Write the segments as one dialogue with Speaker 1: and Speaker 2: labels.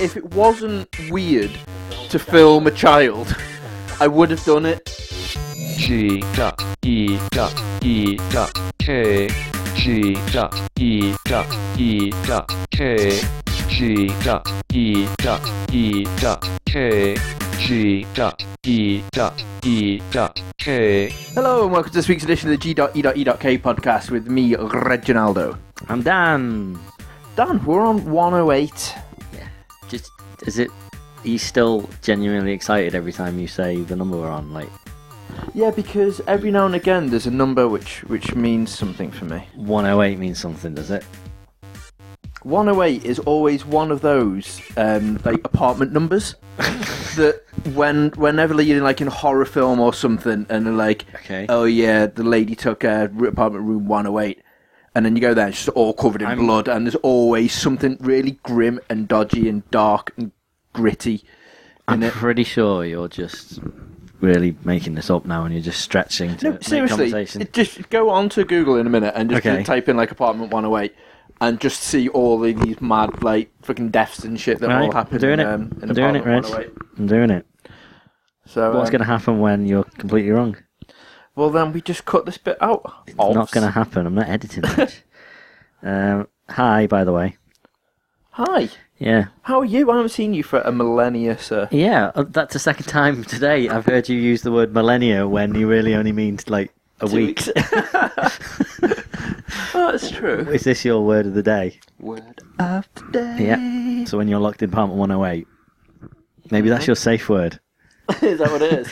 Speaker 1: if it wasn't weird to film a child, I would have done it.
Speaker 2: G dot E dot E dot K. G dot E dot E dot K. G dot E dot E dot K. G dot E dot E dot K.
Speaker 1: Hello and welcome to this week's edition of the E G.E.E.K podcast with me, Reginaldo.
Speaker 3: I'm Dan.
Speaker 1: Dan, we're on 108.
Speaker 3: Just is it? Are you still genuinely excited every time you say the number we're on? Like
Speaker 1: Yeah, because every now and again there's a number which which means something for me.
Speaker 3: 108 means something, does it?
Speaker 1: 108 is always one of those um, like apartment numbers that when whenever you're like in a horror film or something and they're like
Speaker 3: Okay.
Speaker 1: oh yeah the lady took uh, r- apartment room 108 and then you go there and she's all covered in
Speaker 3: I'm-
Speaker 1: blood and there's always something really grim and dodgy and dark and gritty
Speaker 3: I'm
Speaker 1: in it
Speaker 3: pretty sure you're just really making this up now, and you're just stretching to
Speaker 1: no
Speaker 3: make
Speaker 1: seriously
Speaker 3: conversation.
Speaker 1: it- just go on to google in a minute and just
Speaker 3: Okay.
Speaker 1: type in like apartment 108 and just see all of these mad like fucking deaths and shit that
Speaker 3: Right,
Speaker 1: all happen
Speaker 3: I'm doing it.
Speaker 1: in, um, in
Speaker 3: I'm doing it,
Speaker 1: apartment
Speaker 3: Reg.
Speaker 1: 108.
Speaker 3: I'm doing it.
Speaker 1: So
Speaker 3: What's
Speaker 1: um,
Speaker 3: going to happen when you're completely wrong?
Speaker 1: Well, then we just cut this bit out. It's
Speaker 3: Not going to happen. I'm not editing that. um, hi, by the way.
Speaker 1: Hi,
Speaker 3: Yeah,
Speaker 1: how are you? I haven't seen you for a millennia, sir.
Speaker 3: yeah. uh, That's the second time today I've heard you use the word millennia when you really only means like a
Speaker 1: Two
Speaker 3: week.
Speaker 1: weeks. Oh, that's true.
Speaker 3: Is this your word of the day?
Speaker 1: Word of the
Speaker 3: Yeah. So when you're locked in apartment 108, maybe that's your safe word.
Speaker 1: day. is that what it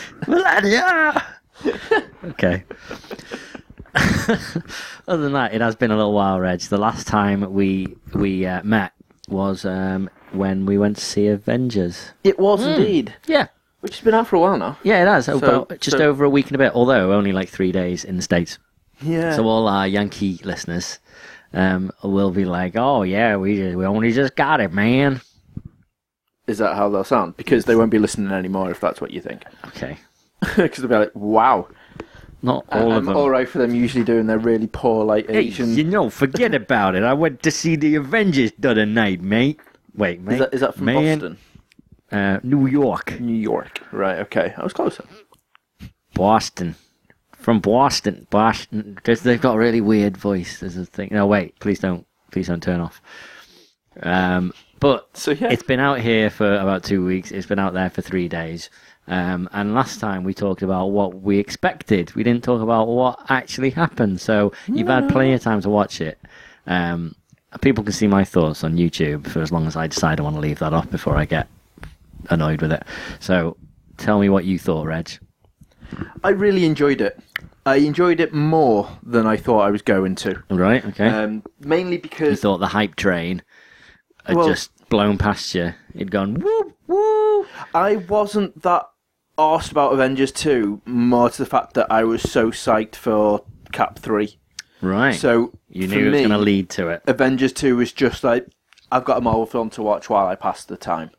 Speaker 1: is?
Speaker 3: okay. Other than that, it has been a little while, Reg. The last time we we uh, met was um, when we went to see Avengers.
Speaker 1: It was indeed.
Speaker 3: Yeah,
Speaker 1: Hmm. Which has been out for a while now.
Speaker 3: yeah, it has.
Speaker 1: So-
Speaker 3: about just
Speaker 1: so-
Speaker 3: over a week and a bit, although only like three days in the states.
Speaker 1: Yeah.
Speaker 3: So all our Yankee listeners um, will be like, "Oh yeah, we we only just got it, man."
Speaker 1: is that how they'll sound? Because they won't be listening anymore if that's what you think.
Speaker 3: Okay,
Speaker 1: Because they'll be like, "Wow,
Speaker 3: not all
Speaker 1: I'm
Speaker 3: of them.
Speaker 1: all right for them usually doing their really poor like
Speaker 3: Hey,
Speaker 1: Asian."
Speaker 3: you know, forget about it. I went to see the Avengers the other night, mate. Wait, mate.
Speaker 1: Is that, is that from
Speaker 3: man,
Speaker 1: Boston,
Speaker 3: Uh, New York.
Speaker 1: New York? Right. Okay, I was closer.
Speaker 3: Boston. From Boston. Boston. There's, they've got a really weird voice. There's a thing. No, wait. Please don't. Please don't turn off. Um, but
Speaker 1: So yeah,
Speaker 3: it's been out here for about two weeks. It's been out there for three days. Um, and last time we talked about what we expected. We didn't talk about what actually happened. So you've had plenty of time to watch it. Um, people can see my thoughts on YouTube for as long as I decide I want to leave that off before I get annoyed with it. So tell me what you thought, Reg.
Speaker 1: I really enjoyed it. I enjoyed it more than I thought I was going to.
Speaker 3: Right? Okay.
Speaker 1: Um, mainly
Speaker 3: you
Speaker 1: because
Speaker 3: thought the hype train had
Speaker 1: Well-
Speaker 3: just blown past you. It'd gone whoop whoop.
Speaker 1: I wasn't that arsed about Avengers 2, more to the fact that I was so psyched for Cap 3.
Speaker 3: Right.
Speaker 1: So,
Speaker 3: you
Speaker 1: for
Speaker 3: knew it was
Speaker 1: me, uh,
Speaker 3: going to lead to it.
Speaker 1: Avengers 2 was just like, I've got a Marvel film to watch while I pass the time.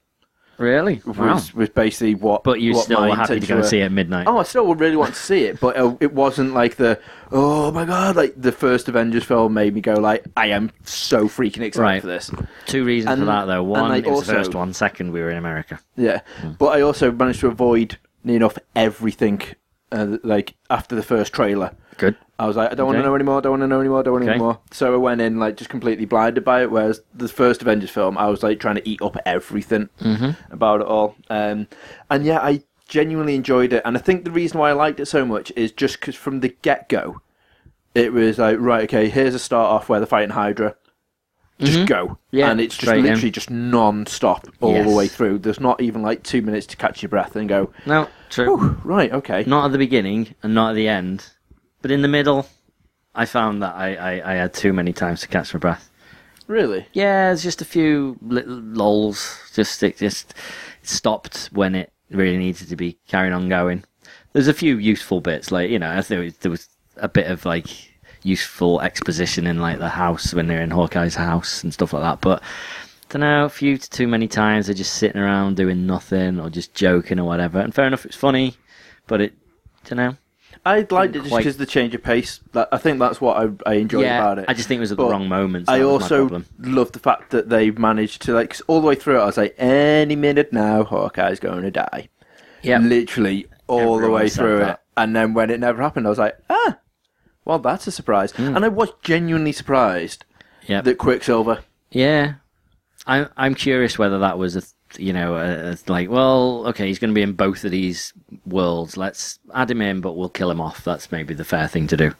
Speaker 3: Really?
Speaker 1: Was,
Speaker 3: Wow.
Speaker 1: was basically what.
Speaker 3: But you
Speaker 1: what
Speaker 3: still
Speaker 1: my
Speaker 3: were happy to
Speaker 1: intentions
Speaker 3: go
Speaker 1: were.
Speaker 3: and see it at midnight.
Speaker 1: Oh, I still would really want to see it, but uh, it wasn't like the oh my god, like the first Avengers film made me go like I am so freaking excited
Speaker 3: Right.
Speaker 1: for this.
Speaker 3: Two reasons for
Speaker 1: and-
Speaker 3: that though. One,
Speaker 1: I
Speaker 3: it was the
Speaker 1: also-
Speaker 3: first one. Second, we were in America.
Speaker 1: Yeah, but I also managed to avoid near enough everything. Uh, like after the first trailer,
Speaker 3: Good.
Speaker 1: I was like, I don't want to
Speaker 3: Okay.
Speaker 1: know anymore. I don't want to know anymore. I don't want to know
Speaker 3: Okay.
Speaker 1: anymore. So I went in like just completely blinded by it. Whereas the first Avengers film, I was like trying to eat up everything
Speaker 3: Mm-hmm.
Speaker 1: about it all. Um, and yeah, I genuinely enjoyed it. And I think the reason why I liked it so much is just because from the get go, it was like right, okay, here's a start off where they're fighting Hydra. Just go.
Speaker 3: Mm-hmm. Yeah,
Speaker 1: and it's just
Speaker 3: straight in.
Speaker 1: literally just non-stop all the
Speaker 3: Yes.
Speaker 1: way through. There's not even like two minutes to catch your breath and go,
Speaker 3: No, true.
Speaker 1: "Whew, right, okay.
Speaker 3: Not at the beginning and not at the end, but in the middle, I found that I, I, I had too many times to catch my breath.
Speaker 1: Really?
Speaker 3: Yeah, it's just a few little lolls. Just it just stopped when it really needed to be carrying on going. There's a few useful bits, like you know, I think there was, there was a bit of like useful exposition in like the house when they're in Hawkeye's house and stuff like that. But don't know, a few to too many times they're just sitting around doing nothing or just joking or whatever. And fair enough, it's funny, but it don't know.
Speaker 1: I liked it just
Speaker 3: quite-
Speaker 1: because the change of pace. That, I think that's what I, I enjoyed
Speaker 3: yeah,
Speaker 1: about it.
Speaker 3: I just think it was at
Speaker 1: But
Speaker 3: the wrong moment.
Speaker 1: I also love the fact that they managed to like 'cause all the way through. it, I was like, any minute now, Hawkeye's going to die.
Speaker 3: yeah,
Speaker 1: literally all the
Speaker 3: Everyone
Speaker 1: way
Speaker 3: said
Speaker 1: through it.
Speaker 3: that.
Speaker 1: And then when it never happened, I was like, ah, well, that's a surprise.
Speaker 3: Hmm.
Speaker 1: And I was genuinely surprised
Speaker 3: yeah,
Speaker 1: that Quicksilver.
Speaker 3: yeah. I'm I'm curious whether that was a th- you know a, a, like well okay he's going to be in both of these worlds. Let's add him in, but we'll kill him off. That's maybe the fair thing to do.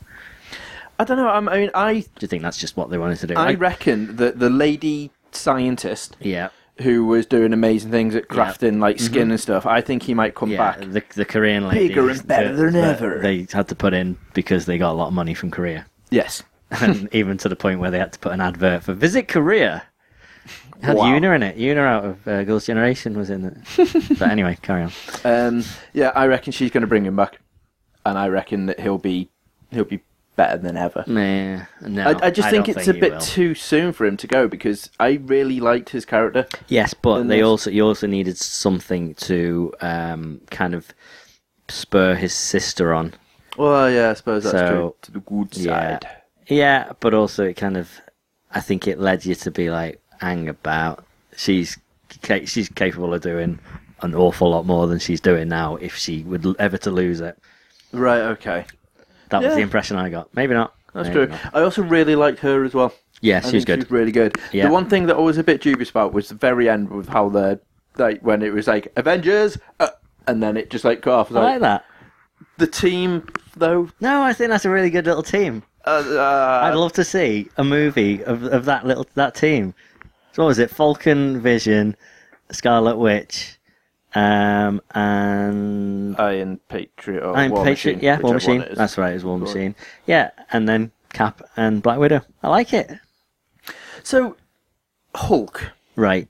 Speaker 1: I don't know. I'm- I mean, I
Speaker 3: Do you think that's just what they wanted to do?
Speaker 1: I
Speaker 3: Like,
Speaker 1: reckon that the lady scientist
Speaker 3: yeah,
Speaker 1: who was doing amazing things at crafting like skin and stuff, I think he might come
Speaker 3: Mm-hmm. yeah.
Speaker 1: back.
Speaker 3: The, the Korean lady
Speaker 1: Bigger and better than ever.
Speaker 3: They had to put in because they got a lot of money from Korea,
Speaker 1: Yes.
Speaker 3: and even to the point where they had to put an advert for visit Korea. It had
Speaker 1: Wow.
Speaker 3: Una in it. Una out of uh, Girls' Generation was in it. but anyway, carry on.
Speaker 1: Um, yeah, I reckon she's going to bring him back, and I reckon that he'll be he'll be better than ever.
Speaker 3: Nah, no.
Speaker 1: I, I just think
Speaker 3: Mm. don't
Speaker 1: it's a
Speaker 3: he
Speaker 1: bit
Speaker 3: will.
Speaker 1: too soon for him to go because I really liked his character.
Speaker 3: Yes, but
Speaker 1: than
Speaker 3: they
Speaker 1: this.
Speaker 3: also you also needed something to um, kind of spur his sister on.
Speaker 1: Well, yeah, I suppose that's
Speaker 3: So,
Speaker 1: true. To the good
Speaker 3: yeah.
Speaker 1: side.
Speaker 3: Yeah, but also it kind of, I think it led you to be like, hang about. She's ca- she's capable of doing an awful lot more than she's doing now if she would l- ever to lose it.
Speaker 1: Right, okay.
Speaker 3: That was the
Speaker 1: Yeah.
Speaker 3: impression I got. Maybe not.
Speaker 1: That's true.
Speaker 3: maybe not.
Speaker 1: I also really liked her as well.
Speaker 3: Yeah,
Speaker 1: I
Speaker 3: she's
Speaker 1: think
Speaker 3: good.
Speaker 1: She's really good.
Speaker 3: Yeah.
Speaker 1: The one thing that I was a bit dubious about was the very end with how the like when it was like Avengers, uh, and then it just like cut off.
Speaker 3: I like that.
Speaker 1: The team though,
Speaker 3: No, I think that's a really good little team.
Speaker 1: uh, uh,
Speaker 3: I'd love to see a movie of, of that little that team. So what was it? Falcon, Vision, Scarlet Witch, um, and
Speaker 1: Iron Patriot. Or
Speaker 3: Iron
Speaker 1: Uh, War
Speaker 3: Patriot.
Speaker 1: Machine,
Speaker 3: yeah, War
Speaker 1: whichever one
Speaker 3: Machine.
Speaker 1: it is.
Speaker 3: That's right, it was War
Speaker 1: Right.
Speaker 3: Machine. Yeah, and then Cap and Black Widow. I like it.
Speaker 1: So, Hulk,
Speaker 3: Right.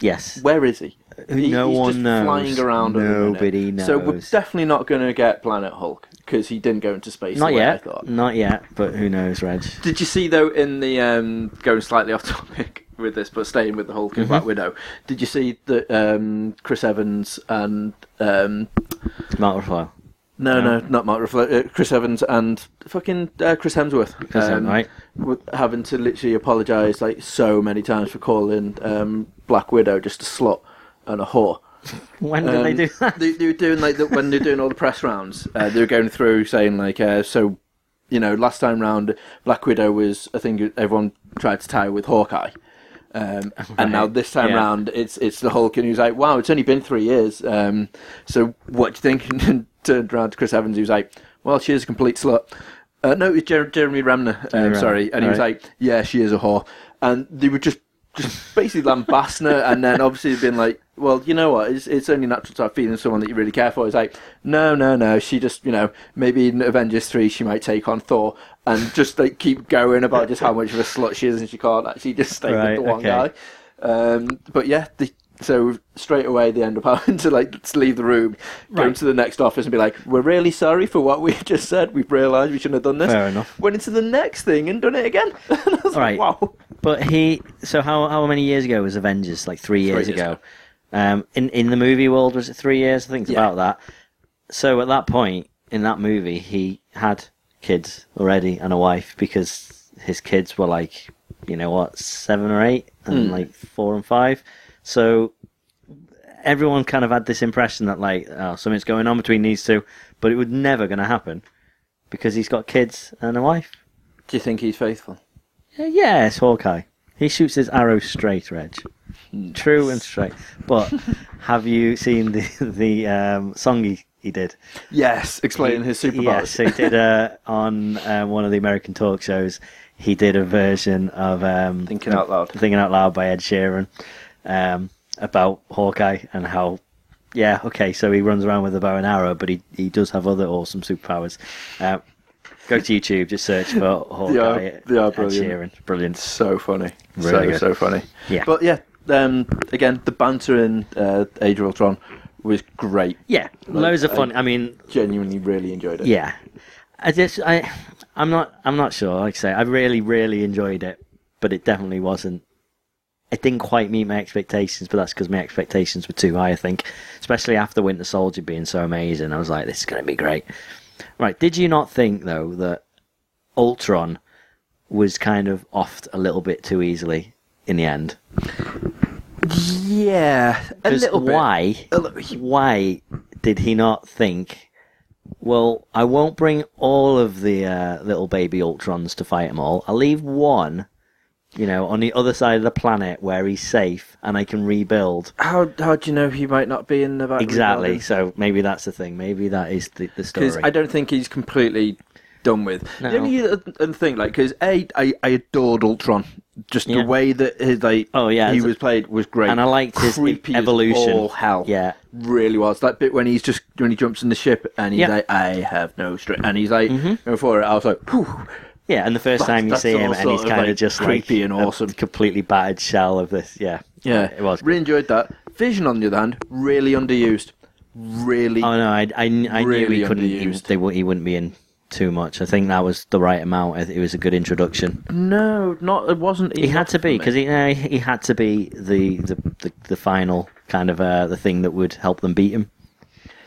Speaker 3: Yes.
Speaker 1: where is he? He-
Speaker 3: Uh, no
Speaker 1: he's
Speaker 3: one
Speaker 1: just
Speaker 3: knows.
Speaker 1: Flying around. at the minute.
Speaker 3: Nobody knows.
Speaker 1: So we're definitely not going to get Planet Hulk because he didn't go into space.
Speaker 3: Not
Speaker 1: the way I
Speaker 3: yet.
Speaker 1: thought.
Speaker 3: Not yet. But who knows, Reg?
Speaker 1: Did you see though in the um, going slightly off topic with this, but staying with the Hulk
Speaker 3: Mm-hmm.
Speaker 1: and Black Widow? Did you see that um, Chris Evans and um,
Speaker 3: Mark Ruffalo.
Speaker 1: no, no,
Speaker 3: Um,
Speaker 1: not Mark Ruffalo, uh, Chris Evans and fucking uh, Chris Hemsworth,
Speaker 3: Chris Hemsworth, right.
Speaker 1: were having to literally apologise like so many times for calling um, Black Widow just a slut and a whore.
Speaker 3: When did they
Speaker 1: Um,
Speaker 3: do that?
Speaker 1: They, they were doing like the, when they're doing all the press rounds. Uh, they were going through saying like, uh, so you know, last time round, Black Widow was I think everyone tried to tie her with Hawkeye, um, and now
Speaker 3: Right,
Speaker 1: this time
Speaker 3: yeah.
Speaker 1: round it's it's the Hulk, and he was like, wow, it's only been three years. Um, so what do you think? and turned around to Chris Evans, he was like, well, she is a complete slut. Uh, no, it was Jer- Jeremy Ramner. Um,
Speaker 3: Jeremy Renner,
Speaker 1: Sorry, and he was
Speaker 3: right.
Speaker 1: like like, yeah, she is a whore. And they were just, just basically lambasting her, and then obviously they've been like, well, you know what? It's, it's only natural to have feelings for someone that you really care for. It's like, no, no, no. She just, you know, maybe in Avengers 3 she might take on Thor and just like keep going about just how much of a slut she is and she can't actually just stay
Speaker 3: Right,
Speaker 1: with the one
Speaker 3: okay.
Speaker 1: guy. Um, but yeah, the, so straight away they end up having to like just leave the room, go
Speaker 3: Right.
Speaker 1: to the next office and be like, we're really sorry for what we just said. We've realised we shouldn't have done this
Speaker 3: Fair enough.
Speaker 1: went into the next thing and done it again. And I was
Speaker 3: Right.
Speaker 1: like, wow.
Speaker 3: But he. So how how many years ago was Avengers? Like three years,
Speaker 1: years
Speaker 3: ago.
Speaker 1: ago.
Speaker 3: Um, in in the movie world, was it three years? I think it's
Speaker 1: Yeah.
Speaker 3: about that. So at that point in that movie, he had kids already and a wife because his kids were like, you know what, seven or eight, and like four and five. So everyone kind of had this impression that like, oh, something's going on between these two, but it was never going to happen because he's got kids and a wife.
Speaker 1: Do you think he's faithful?
Speaker 3: Uh, Yeah, it's Hawkeye. He shoots his arrow straight, Reg. True and straight. But have you seen the the um, song he, he did?
Speaker 1: Yes, explaining his
Speaker 3: Yes,
Speaker 1: superpowers.
Speaker 3: he did uh, on um, one of the American talk shows. He did a version of um,
Speaker 1: Thinking Out Loud.
Speaker 3: Thinking Out Loud by Ed Sheeran um, about Hawkeye and how. Yeah, okay, so he runs around with a bow and arrow, but he, he does have other awesome superpowers. Uh, go to YouTube, just search for Hawkeye.
Speaker 1: they are
Speaker 3: Ed
Speaker 1: brilliant.
Speaker 3: Sheeran. Brilliant.
Speaker 1: so funny. so,
Speaker 3: Really good.
Speaker 1: so funny.
Speaker 3: Yeah.
Speaker 1: But yeah, um, again, the banter in uh, Age of Ultron was great.
Speaker 3: Yeah, loads of
Speaker 1: I-
Speaker 3: fun. I mean,
Speaker 1: Genuinely really enjoyed it.
Speaker 3: yeah. I just I I'm not I'm not sure. Like I say, I really really enjoyed it, but it definitely wasn't. It didn't quite meet my expectations, but that's because my expectations were too high. I think, especially after Winter Soldier being so amazing, I was like, "This is going to be great." Right. Did you not think though that Ultron was kind of offed a little bit too easily in the end?
Speaker 1: Yeah, a
Speaker 3: 'Cause
Speaker 1: little bit.
Speaker 3: Why?
Speaker 1: A li-
Speaker 3: Why did he not think? Well, I won't bring all of the uh, little baby Ultrons to fight them all. I'll leave one, you know, on the other side of the planet where he's safe and I can rebuild.
Speaker 1: How how do you know he might not be in the back?
Speaker 3: Exactly. So maybe that's the thing. Maybe that is the, the story.
Speaker 1: because I don't think he's completely done with. The
Speaker 3: No.
Speaker 1: only other other thing, like, because a I, I adored Ultron. Just
Speaker 3: Yeah.
Speaker 1: the way that his, like,
Speaker 3: Oh, yeah,
Speaker 1: he
Speaker 3: it's-
Speaker 1: was played was great,
Speaker 3: and I liked his
Speaker 1: Creepy as
Speaker 3: evolution.
Speaker 1: all hell,
Speaker 3: Yeah.
Speaker 1: really was. That bit when he's just when he jumps in the ship and he's
Speaker 3: Yeah. Mm-hmm.
Speaker 1: like, I have no strength, and he's like, before it, I was like, Phew,
Speaker 3: Yeah, and the first
Speaker 1: That's-
Speaker 3: time you
Speaker 1: that's
Speaker 3: see him,
Speaker 1: all
Speaker 3: and he's
Speaker 1: sort of,
Speaker 3: kind
Speaker 1: like,
Speaker 3: of just
Speaker 1: creepy
Speaker 3: like
Speaker 1: and
Speaker 3: a
Speaker 1: awesome.
Speaker 3: completely battered shell of this. Yeah,
Speaker 1: yeah,
Speaker 3: it was.
Speaker 1: Really enjoyed that. Vision on the other hand, really underused, really.
Speaker 3: Oh no, I, I, kn- I knew
Speaker 1: Really
Speaker 3: he couldn't. He,
Speaker 1: underused.
Speaker 3: they, wou- he wouldn't be in too much. I think that was the right amount. I th- It was a good introduction.
Speaker 1: no, not it wasn't.
Speaker 3: He had to be because he, no, he had to be the the, the, the final kind of uh, the thing that would help them beat him.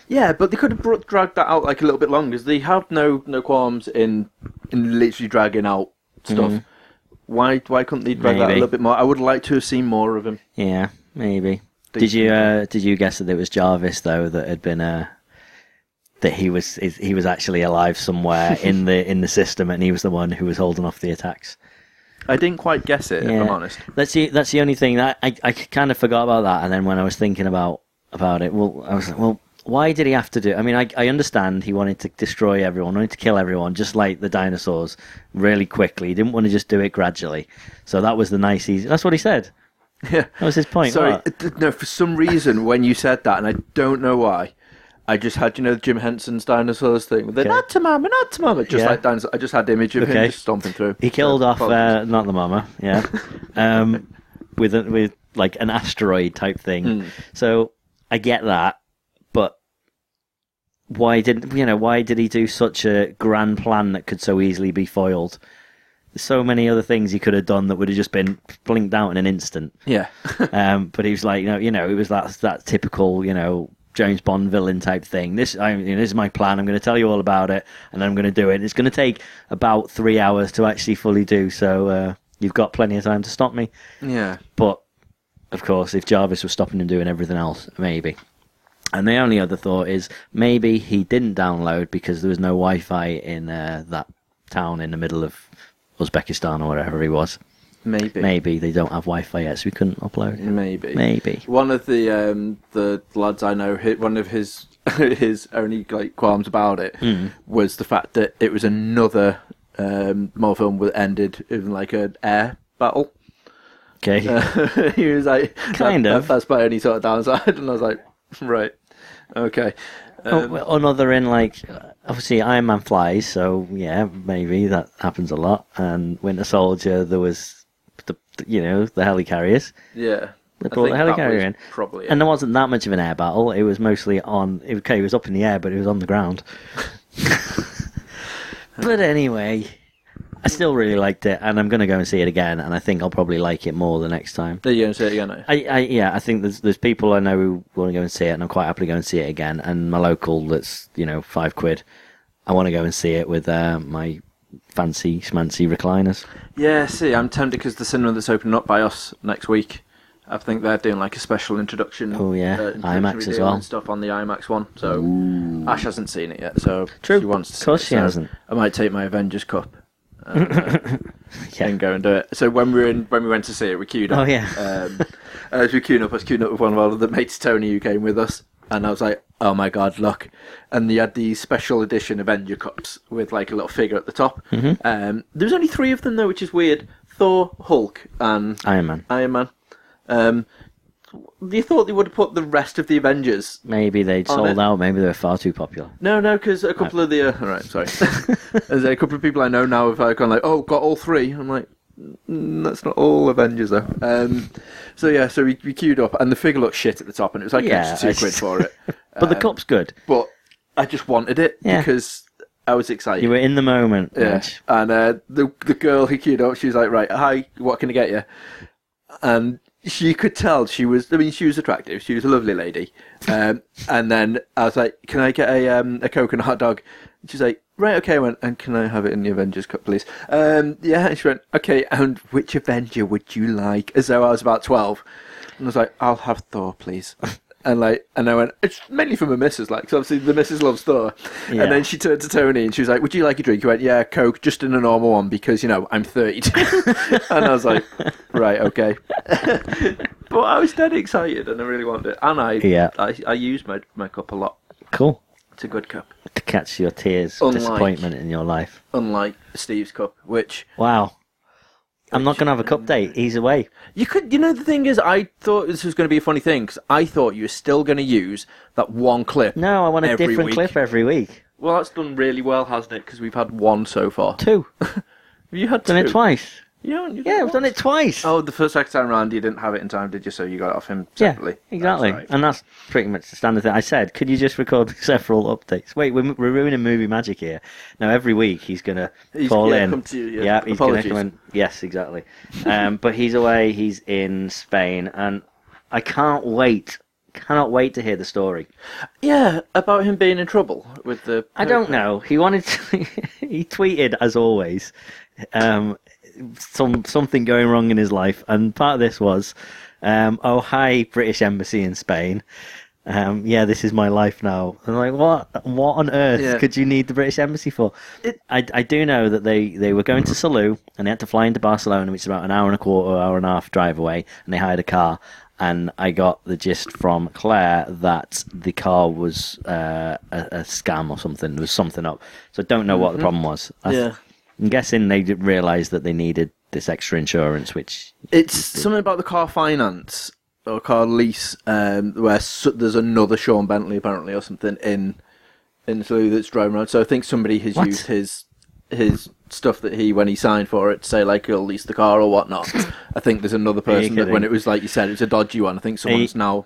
Speaker 1: Yeah, but they could have brought, dragged that out like a little bit longer. 'cause They have no no qualms in in literally dragging out stuff. Why why couldn't they drag that a
Speaker 3: Mm-hmm. Maybe.
Speaker 1: little bit more? I would like to have seen more of him.
Speaker 3: Yeah, maybe. Did you uh, did you guess that it was Jarvis though that had been uh, that he was is- he was actually alive somewhere in the in the system and he was the one who was holding off the attacks.
Speaker 1: I didn't quite guess it, if I'm
Speaker 3: Yeah.
Speaker 1: honest.
Speaker 3: That's the that's the only thing that I, I kind of forgot about that, and then when I was thinking about about it, well, I was like, well, why did he have to do? I mean, I I understand he wanted to destroy everyone, wanted to kill everyone, just like the dinosaurs, really quickly. He didn't want to just do it gradually. So that was the nice easy. That's what he said.
Speaker 1: Yeah.
Speaker 3: That was his point.
Speaker 1: Sorry,
Speaker 3: what?
Speaker 1: it- it- no. For some reason, when you said that, and I don't know why, I just had you know Jim Henson's dinosaurs thing. They're
Speaker 3: Okay.
Speaker 1: not to mama, not to mama, just
Speaker 3: Yeah.
Speaker 1: like dinosaurs. I just had the image of him
Speaker 3: Okay.
Speaker 1: just stomping through.
Speaker 3: He killed
Speaker 1: So,
Speaker 3: off
Speaker 1: apologies.
Speaker 3: uh, not the mama, yeah, um, with a, with like an asteroid type thing. So I get that, but why didn't you know? Why did he do such a grand plan that could so easily be foiled? There's so many other things he could have done that would have just been blinked out in an instant.
Speaker 1: yeah.
Speaker 3: Um, but he was like, you know, you know, it was that that typical, you know, James Bond villain type thing. This, I, you know, this is my plan. I'm going to tell you all about it, and I'm going to do it. It's going to take about three hours to actually fully do. So uh, you've got plenty of time to stop me.
Speaker 1: yeah.
Speaker 3: But of course, if Jarvis was stopping him doing everything else, maybe. And the only other thought is maybe he didn't download because there was no Wi-Fi in uh, that town in the middle of Uzbekistan or wherever he was.
Speaker 1: Maybe.
Speaker 3: Maybe they don't have Wi-Fi yet, so we couldn't upload.
Speaker 1: Maybe.
Speaker 3: Maybe.
Speaker 1: One of the um, the lads I know, hi- one of his his only like qualms about it
Speaker 3: Hmm.
Speaker 1: was the fact that it was another um, Marvel film that ended in like an air battle.
Speaker 3: Okay.
Speaker 1: Uh, he was like, that-
Speaker 3: Kind
Speaker 1: that-
Speaker 3: of.
Speaker 1: that's my only sort of downside, and I was like, right, okay. um,
Speaker 3: Oh, well, another in like obviously Iron Man flies, so yeah, maybe that happens a lot. And Winter Soldier, there was the the- you know the helicarriers.
Speaker 1: Yeah.
Speaker 3: They
Speaker 1: I
Speaker 3: brought the
Speaker 1: think that
Speaker 3: helicarrier
Speaker 1: was
Speaker 3: in,
Speaker 1: Probably. it.
Speaker 3: and there wasn't that much of an air battle. It was mostly on. it- Okay, it was up in the air, but it was on the ground. but anyway, I still really liked it, and I'm going to go and see it again. And I think I'll probably like it more the next time.
Speaker 1: There you go, say it again. eh?
Speaker 3: I, I yeah, I think there's there's people I know who want to go and see it, and I'm quite happy to go and see it again. And my local, that's you know five quid, I want to go and see it with uh, my fancy schmancy recliners.
Speaker 1: Yeah, see, I'm tempted because the cinema that's opening up by us next week, I think they're doing like a special introduction. uh,
Speaker 3: Oh, yeah,
Speaker 1: introductory
Speaker 3: IMAX as
Speaker 1: deal
Speaker 3: well.
Speaker 1: and stuff on the IMAX one. So Ash hasn't seen it yet, so
Speaker 3: True.
Speaker 1: she wants. To
Speaker 3: Of course
Speaker 1: see it,
Speaker 3: she
Speaker 1: so
Speaker 3: hasn't.
Speaker 1: I might take my Avengers cup uh,
Speaker 3: Yeah.
Speaker 1: and go and do it. So when we were in, when we went to see it, we queued up.
Speaker 3: Oh, yeah.
Speaker 1: Um, as we queued up, I was queuing up with one of our other mates, Tony, who came with us, and I was like, "Oh my god, look!" And they had these special edition Avenger cups with like a little figure at the top. Um, there was only three of them though, which is weird. Thor, Hulk, and
Speaker 3: Iron Man.
Speaker 1: Iron Man. Um, you thought they would have put the rest of the Avengers?
Speaker 3: Maybe they'd
Speaker 1: On
Speaker 3: sold
Speaker 1: it.
Speaker 3: out. Maybe they were far too popular.
Speaker 1: No, no, because a couple of the uh, all right, sorry, there's a couple of people I know now have uh, gone like, oh, got all three. I'm like, mm, that's not all Avengers though. Um, so yeah, so we, we queued up, and the figure looked shit at the top, and it was like an
Speaker 3: Yeah,
Speaker 1: extra
Speaker 3: I
Speaker 1: two quid
Speaker 3: s-
Speaker 1: for it.
Speaker 3: But the
Speaker 1: Um,
Speaker 3: cup's good.
Speaker 1: But I just wanted it
Speaker 3: Yeah.
Speaker 1: because I was excited.
Speaker 3: You were in the moment.
Speaker 1: Yeah.
Speaker 3: Reg.
Speaker 1: And uh, the the girl who queued up, she was like, "Right, hi, what can I get you?" And Um, she could tell she was. I mean, she was attractive. She was a lovely lady. Um, and then I was like, "Can I get a um, a coke and a hot dog?" And she's like, right, okay. I went, and can I have it in the Avengers Cup, please? Um, yeah. And she went, okay. And which Avenger would you like? As though I was about twelve, and I was like, I'll have Thor, please. And like, and I went. It's mainly from a missus, like, 'cause obviously the missus loves Thor.
Speaker 3: Yeah.
Speaker 1: And then she turned to Tony and she was like, "Would you like a drink?" He went, "Yeah, Coke, just in a normal one because you know I'm 32." and I was like, "Right, okay." but I was dead excited and I really wanted it, and I
Speaker 3: Yeah.
Speaker 1: I, I use my my cup a lot.
Speaker 3: Cool.
Speaker 1: It's a good cup,
Speaker 3: To catch your tears, of
Speaker 1: Unlike-
Speaker 3: disappointment in your life.
Speaker 1: unlike Steve's cup, which
Speaker 3: Wow. I'm not going to have a cup date. He's away.
Speaker 1: You could, you know, the thing is, I thought this was going to be a funny thing because I thought you were still going to use that one clip.
Speaker 3: No, I want a
Speaker 1: Every
Speaker 3: different
Speaker 1: week.
Speaker 3: clip every week.
Speaker 1: Well, that's done really well, hasn't it? Because we've had one so far.
Speaker 3: Two.
Speaker 1: You had
Speaker 3: Done
Speaker 1: two.
Speaker 3: it twice.
Speaker 1: You haven't- you
Speaker 3: Yeah, I've done it twice.
Speaker 1: Oh, the first time round you didn't have it in time, did you? So you got it off him
Speaker 3: yeah,
Speaker 1: separately.
Speaker 3: exactly.
Speaker 1: That's right.
Speaker 3: And that's pretty much the standard thing. I said, could you just record several updates? Wait, we're, we're ruining movie magic here. Now, every week he's going to
Speaker 1: He's-
Speaker 3: call
Speaker 1: yeah,
Speaker 3: in.
Speaker 1: come to you, yeah.
Speaker 3: he's going to
Speaker 1: Apologies.
Speaker 3: come in. Yes, exactly. um, but he's away, he's in Spain, and I can't wait. Cannot wait to hear the story.
Speaker 1: Yeah, about him being in trouble with the.
Speaker 3: I don't know. He wanted to, he tweeted as always um, some something going wrong in his life, and part of this was, um, oh hi British Embassy in Spain. Um, yeah, this is my life now. And I'm like, what? What on earth
Speaker 1: Yeah.
Speaker 3: could you need the British Embassy for? I, I do know that they, they were going to Salou and they had to fly into Barcelona, which is about an hour and a quarter, hour and a half drive away, and they hired a car. And I got the gist from Claire that the car was uh, a, a scam or something. There was something up. So I don't know what the problem was. I th-
Speaker 1: Mm-hmm. Yeah.
Speaker 3: I'm guessing they didn't realise that they needed this extra insurance, which
Speaker 1: It's something about the car finance or car lease, um, where s there's another Sean Bentley apparently or something in in Slough that's driving around. So I think somebody has
Speaker 3: What?
Speaker 1: used his his stuff that he when he signed for it to say like he'll lease the car or whatnot. I think there's another
Speaker 3: you
Speaker 1: person that when
Speaker 3: kidding?
Speaker 1: it was like you said it was a dodgy one. I think someone's now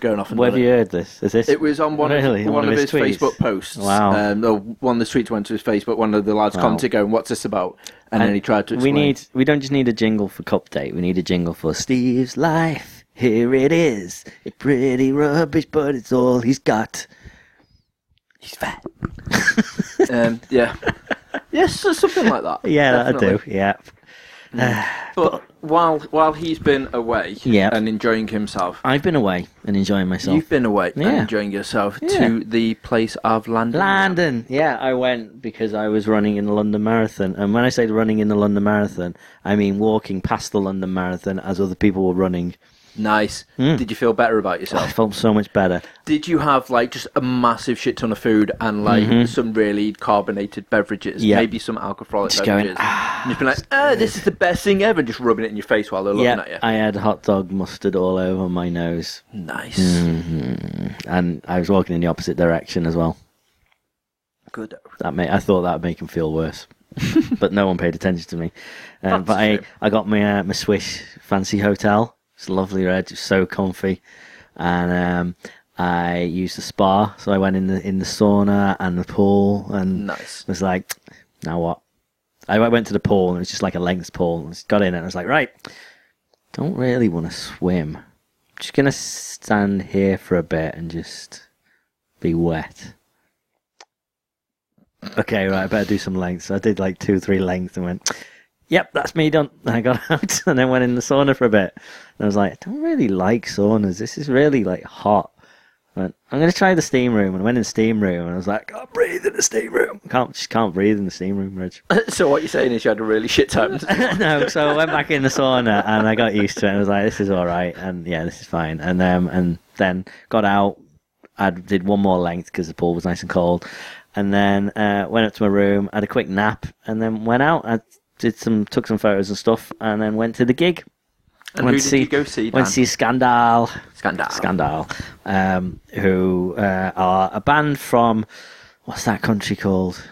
Speaker 1: going off and
Speaker 3: where
Speaker 1: done
Speaker 3: have
Speaker 1: it.
Speaker 3: you heard this? Is this
Speaker 1: It was on one
Speaker 3: really?
Speaker 1: of, one of his,
Speaker 3: tweets?
Speaker 1: Facebook posts.
Speaker 3: Wow.
Speaker 1: Um, no, one of the tweets went to his Facebook. One of the lads
Speaker 3: Wow.
Speaker 1: commented going, "What's this about?" And, then he tried to.
Speaker 3: We
Speaker 1: Explain.
Speaker 3: need. We don't just need a jingle for Cup Day. We need a jingle for Steve's life. Here it is. It's pretty rubbish, but it's all he's got. He's fat.
Speaker 1: Um, yeah. yes, so- something like that.
Speaker 3: Yeah, that I do.
Speaker 1: Definitely.
Speaker 3: Yeah.
Speaker 1: But while while he's been away
Speaker 3: Yeah.
Speaker 1: and enjoying himself,
Speaker 3: I've been away and enjoying myself.
Speaker 1: you've been away and
Speaker 3: Yeah.
Speaker 1: enjoying yourself
Speaker 3: Yeah.
Speaker 1: to the place of London.
Speaker 3: London. Yeah, I went because I was running in the London Marathon. And when I say running in the London Marathon, I mean walking past the London Marathon as other people were running.
Speaker 1: Nice.
Speaker 3: Hmm.
Speaker 1: Did you feel better about
Speaker 3: I
Speaker 1: yourself?
Speaker 3: felt so much better.
Speaker 1: Did you have like just a massive shit ton of food and like some really carbonated beverages?
Speaker 3: Mm-hmm. Yeah.
Speaker 1: Maybe some alcoholic
Speaker 3: Just going, "Ah,
Speaker 1: beverages. and you've been like, oh, this is the best thing ever, and just rubbing it in your face while they're looking
Speaker 3: yeah,
Speaker 1: at you.
Speaker 3: I had hot dog mustard all over my nose.
Speaker 1: nice.
Speaker 3: Mm. and I was walking in the opposite direction as well.
Speaker 1: Good.
Speaker 3: That made, I thought that would make him feel worse, but no one paid attention to me.
Speaker 1: That's
Speaker 3: Um, but I,
Speaker 1: true.
Speaker 3: I got my uh, my Swiss fancy hotel. It's lovely red, it's so comfy, and um, I used the spa. So I went in the in the sauna and the pool, and
Speaker 1: Nice.
Speaker 3: was like, now what? I I went to the pool and it was just like a length pool. And I just got in and I was like, right, don't really want to swim. just gonna stand here for a bit and just be wet. Okay, right, I better do some lengths. So I did like two, three lengths and went, yep, that's me done. And I got out and then went in the sauna for a bit. And I was like, I don't really like saunas. This is really like hot. I went, I'm gonna try the steam room. And I went in the steam room and I was like, I can't breathe in the steam room. Can't just can't breathe in the steam room, Rich.
Speaker 1: so what you're saying is you had a really shit time.
Speaker 3: no, so I went back in the sauna and I got used to it. and I was like, this is all right, and yeah, this is fine. And um, and then got out. I did one more length because the pool was nice and cold, and then uh, went up to my room, had a quick nap, and then went out. I did some, took some photos and stuff, and then went to the gig.
Speaker 1: and who
Speaker 3: went
Speaker 1: did
Speaker 3: to see,
Speaker 1: you go see? Dan?
Speaker 3: Went to see Scandal.
Speaker 1: Scandal.
Speaker 3: Scandal, um, who uh, are a band from what's that country called?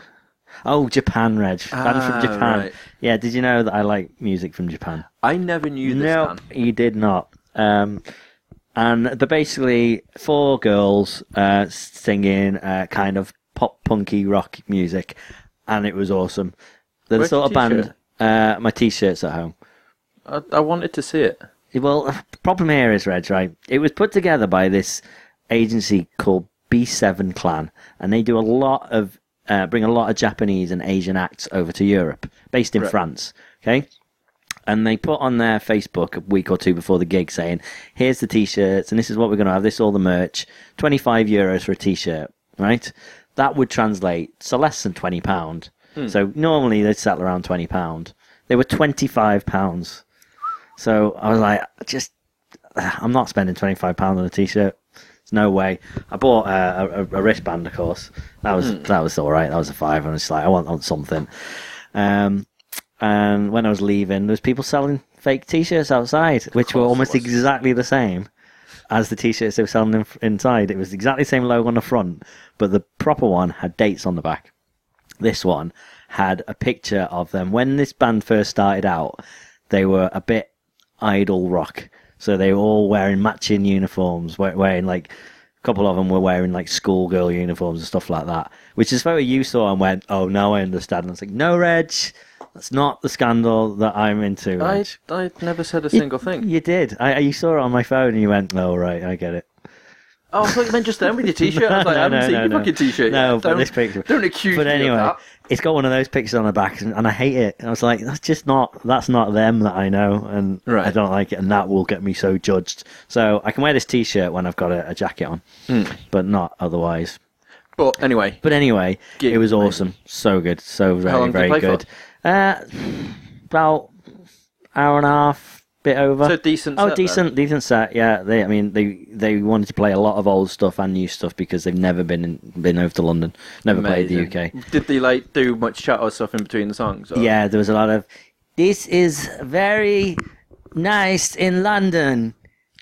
Speaker 3: Oh, Japan, Reg. Band
Speaker 1: Ah,
Speaker 3: from Japan.
Speaker 1: right.
Speaker 3: Yeah, did you know that I like music from Japan?
Speaker 1: I never knew this
Speaker 3: no,
Speaker 1: man.
Speaker 3: you did not. Um, and they're basically four girls uh, singing uh, kind of pop punky rock music, and it was awesome. They're the
Speaker 1: Where's your
Speaker 3: sort of band. Uh, my t-shirt's at home.
Speaker 1: I, I wanted to see it.
Speaker 3: Well, the problem here is, Reg, right? It was put together by this agency called B7 Clan, and they do a lot of uh, bring a lot of Japanese and Asian acts over to Europe, based in
Speaker 1: Right.
Speaker 3: France. Okay. And they put on their Facebook a week or two before the gig saying, here's the t shirts, and this is what we're going to have, this, is all the merch, 25 euros for a t shirt, right? That would translate to less than £20. So normally they'd settle around £20. They were £25. So I was like, just, I'm not spending £25 on a t shirt. There's no way. I bought uh, a, a, a wristband, of course. That was that was all right. That was a five. I was like, I want, I want something. Um, and when I was leaving, there was people selling fake T-shirts outside, which were
Speaker 1: course
Speaker 3: almost
Speaker 1: there was.
Speaker 3: exactly the same as the T-shirts they were selling in, inside. It was exactly the same logo on the front, but the proper one had dates on the back. This one had a picture of them when this band first started out. They were a bit idol rock, so they were all wearing matching uniforms, we- wearing like. A couple of them were wearing like schoolgirl uniforms and stuff like that, which is photo you saw and went, "Oh, now I understand." And I was like, "No, Reg, that's not the scandal that I'm into.
Speaker 1: I
Speaker 3: Reg."
Speaker 1: I never said a
Speaker 3: You-
Speaker 1: single thing.
Speaker 3: You did. I, I- you saw it on my phone and you went, oh, right, I get it.
Speaker 1: Oh, I thought you meant just then with your t-shirt. I was like, I haven't seen your fucking t-shirt.
Speaker 3: No,
Speaker 1: yet.
Speaker 3: but
Speaker 1: Don't-
Speaker 3: this picture.
Speaker 1: Don't accuse
Speaker 3: But
Speaker 1: me
Speaker 3: anyway,
Speaker 1: of that.
Speaker 3: it's got one of those pictures on the back and, and I hate it. And I was like, that's just not, that's not them that I know and
Speaker 1: Right.
Speaker 3: I don't like it and that will get me so judged. So I can wear this t-shirt when I've got a, a jacket on,
Speaker 1: Hmm.
Speaker 3: but not otherwise.
Speaker 1: But anyway,
Speaker 3: But anyway,
Speaker 1: Gig,
Speaker 3: it was
Speaker 1: mate.
Speaker 3: awesome. So good. So very,
Speaker 1: long did you
Speaker 3: very
Speaker 1: play for?
Speaker 3: good. Uh, about hour and a half, bit over.
Speaker 1: so decent. set
Speaker 3: Oh,
Speaker 1: then.
Speaker 3: decent, decent set. Yeah, they. I mean, they they wanted to play a lot of old stuff and new stuff because they've never been in, been over to London, never played the UK.
Speaker 1: Did they like do much chat or stuff in between the songs? Or?
Speaker 3: Yeah, there was a lot of. This is very nice in London.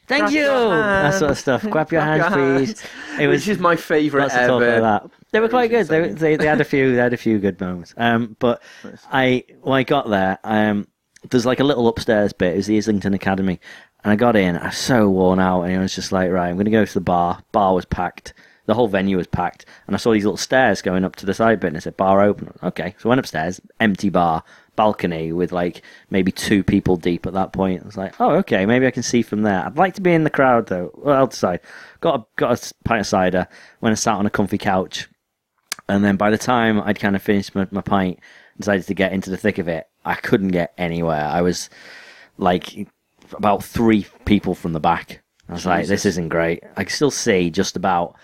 Speaker 3: Thank
Speaker 1: Clap
Speaker 3: you.
Speaker 1: your
Speaker 3: That
Speaker 1: hands.
Speaker 3: sort of stuff. Clap your
Speaker 1: Clap
Speaker 3: hands,
Speaker 1: your
Speaker 3: please. It
Speaker 1: Which is my favourite
Speaker 3: lots of talk
Speaker 1: ever.
Speaker 3: like that. They were quite good. They,
Speaker 1: Asian
Speaker 3: they they had a few they had a few good moments. Um, but I when I got there, um, there's like a little upstairs bit. It was the Islington Academy, and I got in. I was so worn out, and I was just like, right, I'm gonna go to the bar. Bar was packed. The whole venue was packed, and I saw these little stairs going up to the side bit, and it said bar open. Okay, so I went upstairs, empty bar, balcony with like maybe two people deep at that point. I was like, oh, okay, maybe I can see from there. I'd like to be in the crowd though. Well, I'll decide. Got a, got a s- pint of cider, went and sat on a comfy couch, and then by the time I'd kind of finished my, my pint, decided to get into the thick of it, I couldn't get anywhere. I was like about three people from the back. I was like, this isn't great. I can still see just about.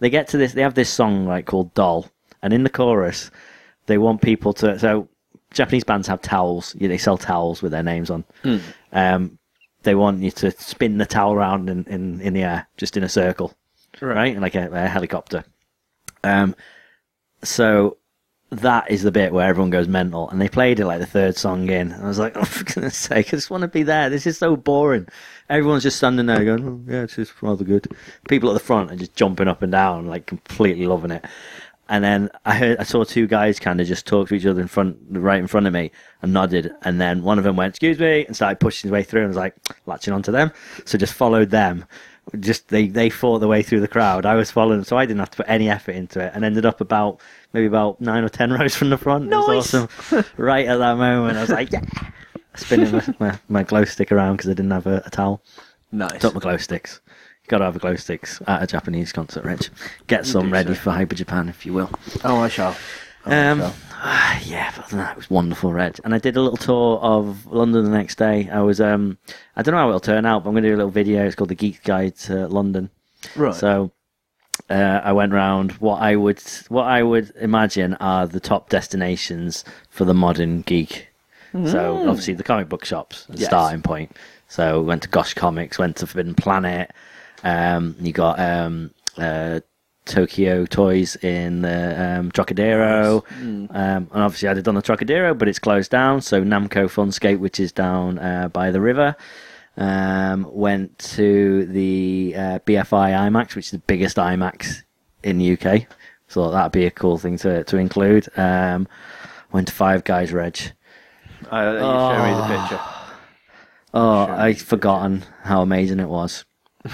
Speaker 3: They get to this, they have this song like called Doll, and in the chorus, they want people to. So Japanese bands have towels. Yeah, they sell towels with their names on. Um, they want you to spin the towel around in, in, in the air, just in a circle, right? Like a, a helicopter. Um, so that is the bit where everyone goes mental, and they played it like the third song in. And I was like, oh, for goodness sake, I just want to be there. This is so boring. Everyone's just standing there going, oh, yeah, it's just rather good. People at the front are just jumping up and down, like completely loving it. And then I heard, I saw two guys kind of just talk to each other in front, right in front of me, and nodded. And then one of them went, "Excuse me," and started pushing his way through. And was like latching onto them, so just followed them. Just they they fought their way through the crowd. I was following, so I didn't have to put any effort into it, and ended up about maybe about nine or ten rows from the front. It was
Speaker 1: Nice.
Speaker 3: awesome. right at that moment, I was like, "Yeah." Spinning my, my, my glow stick around because I didn't have a, a towel.
Speaker 1: Nice.
Speaker 3: Took my glow sticks. Got to have a glow sticks at a Japanese concert, Rich. Get some
Speaker 1: do
Speaker 3: ready
Speaker 1: so.
Speaker 3: for Hyper Japan, if you will.
Speaker 1: Oh, I shall.
Speaker 3: Um, yeah, but other than that, it was wonderful, Red. And I did a little tour of London the next day. I was, um, I don't know how it'll turn out, but I'm going to do a little video. It's called The Geek Guide to London.
Speaker 1: Right.
Speaker 3: So uh, I went round what I would, what I would imagine are the top destinations for the modern geek. So obviously the comic book shops, the
Speaker 1: Yes.
Speaker 3: starting point. So went to Gosh Comics, went to Forbidden Planet. Um, you got um, uh, Tokyo Toys in the um, Trocadero, um, and obviously I'd have done the Trocadero, but it's closed down. So Namco Funscape, which is down uh, by the river, um, went to the uh, BFI IMAX, which is the biggest IMAX in the UK. So that'd be a cool thing to to include. Um, went to Five Guys Reg.
Speaker 1: I, you show
Speaker 3: ah.
Speaker 1: me the picture.
Speaker 3: Oh, I'd forgotten how amazing it was.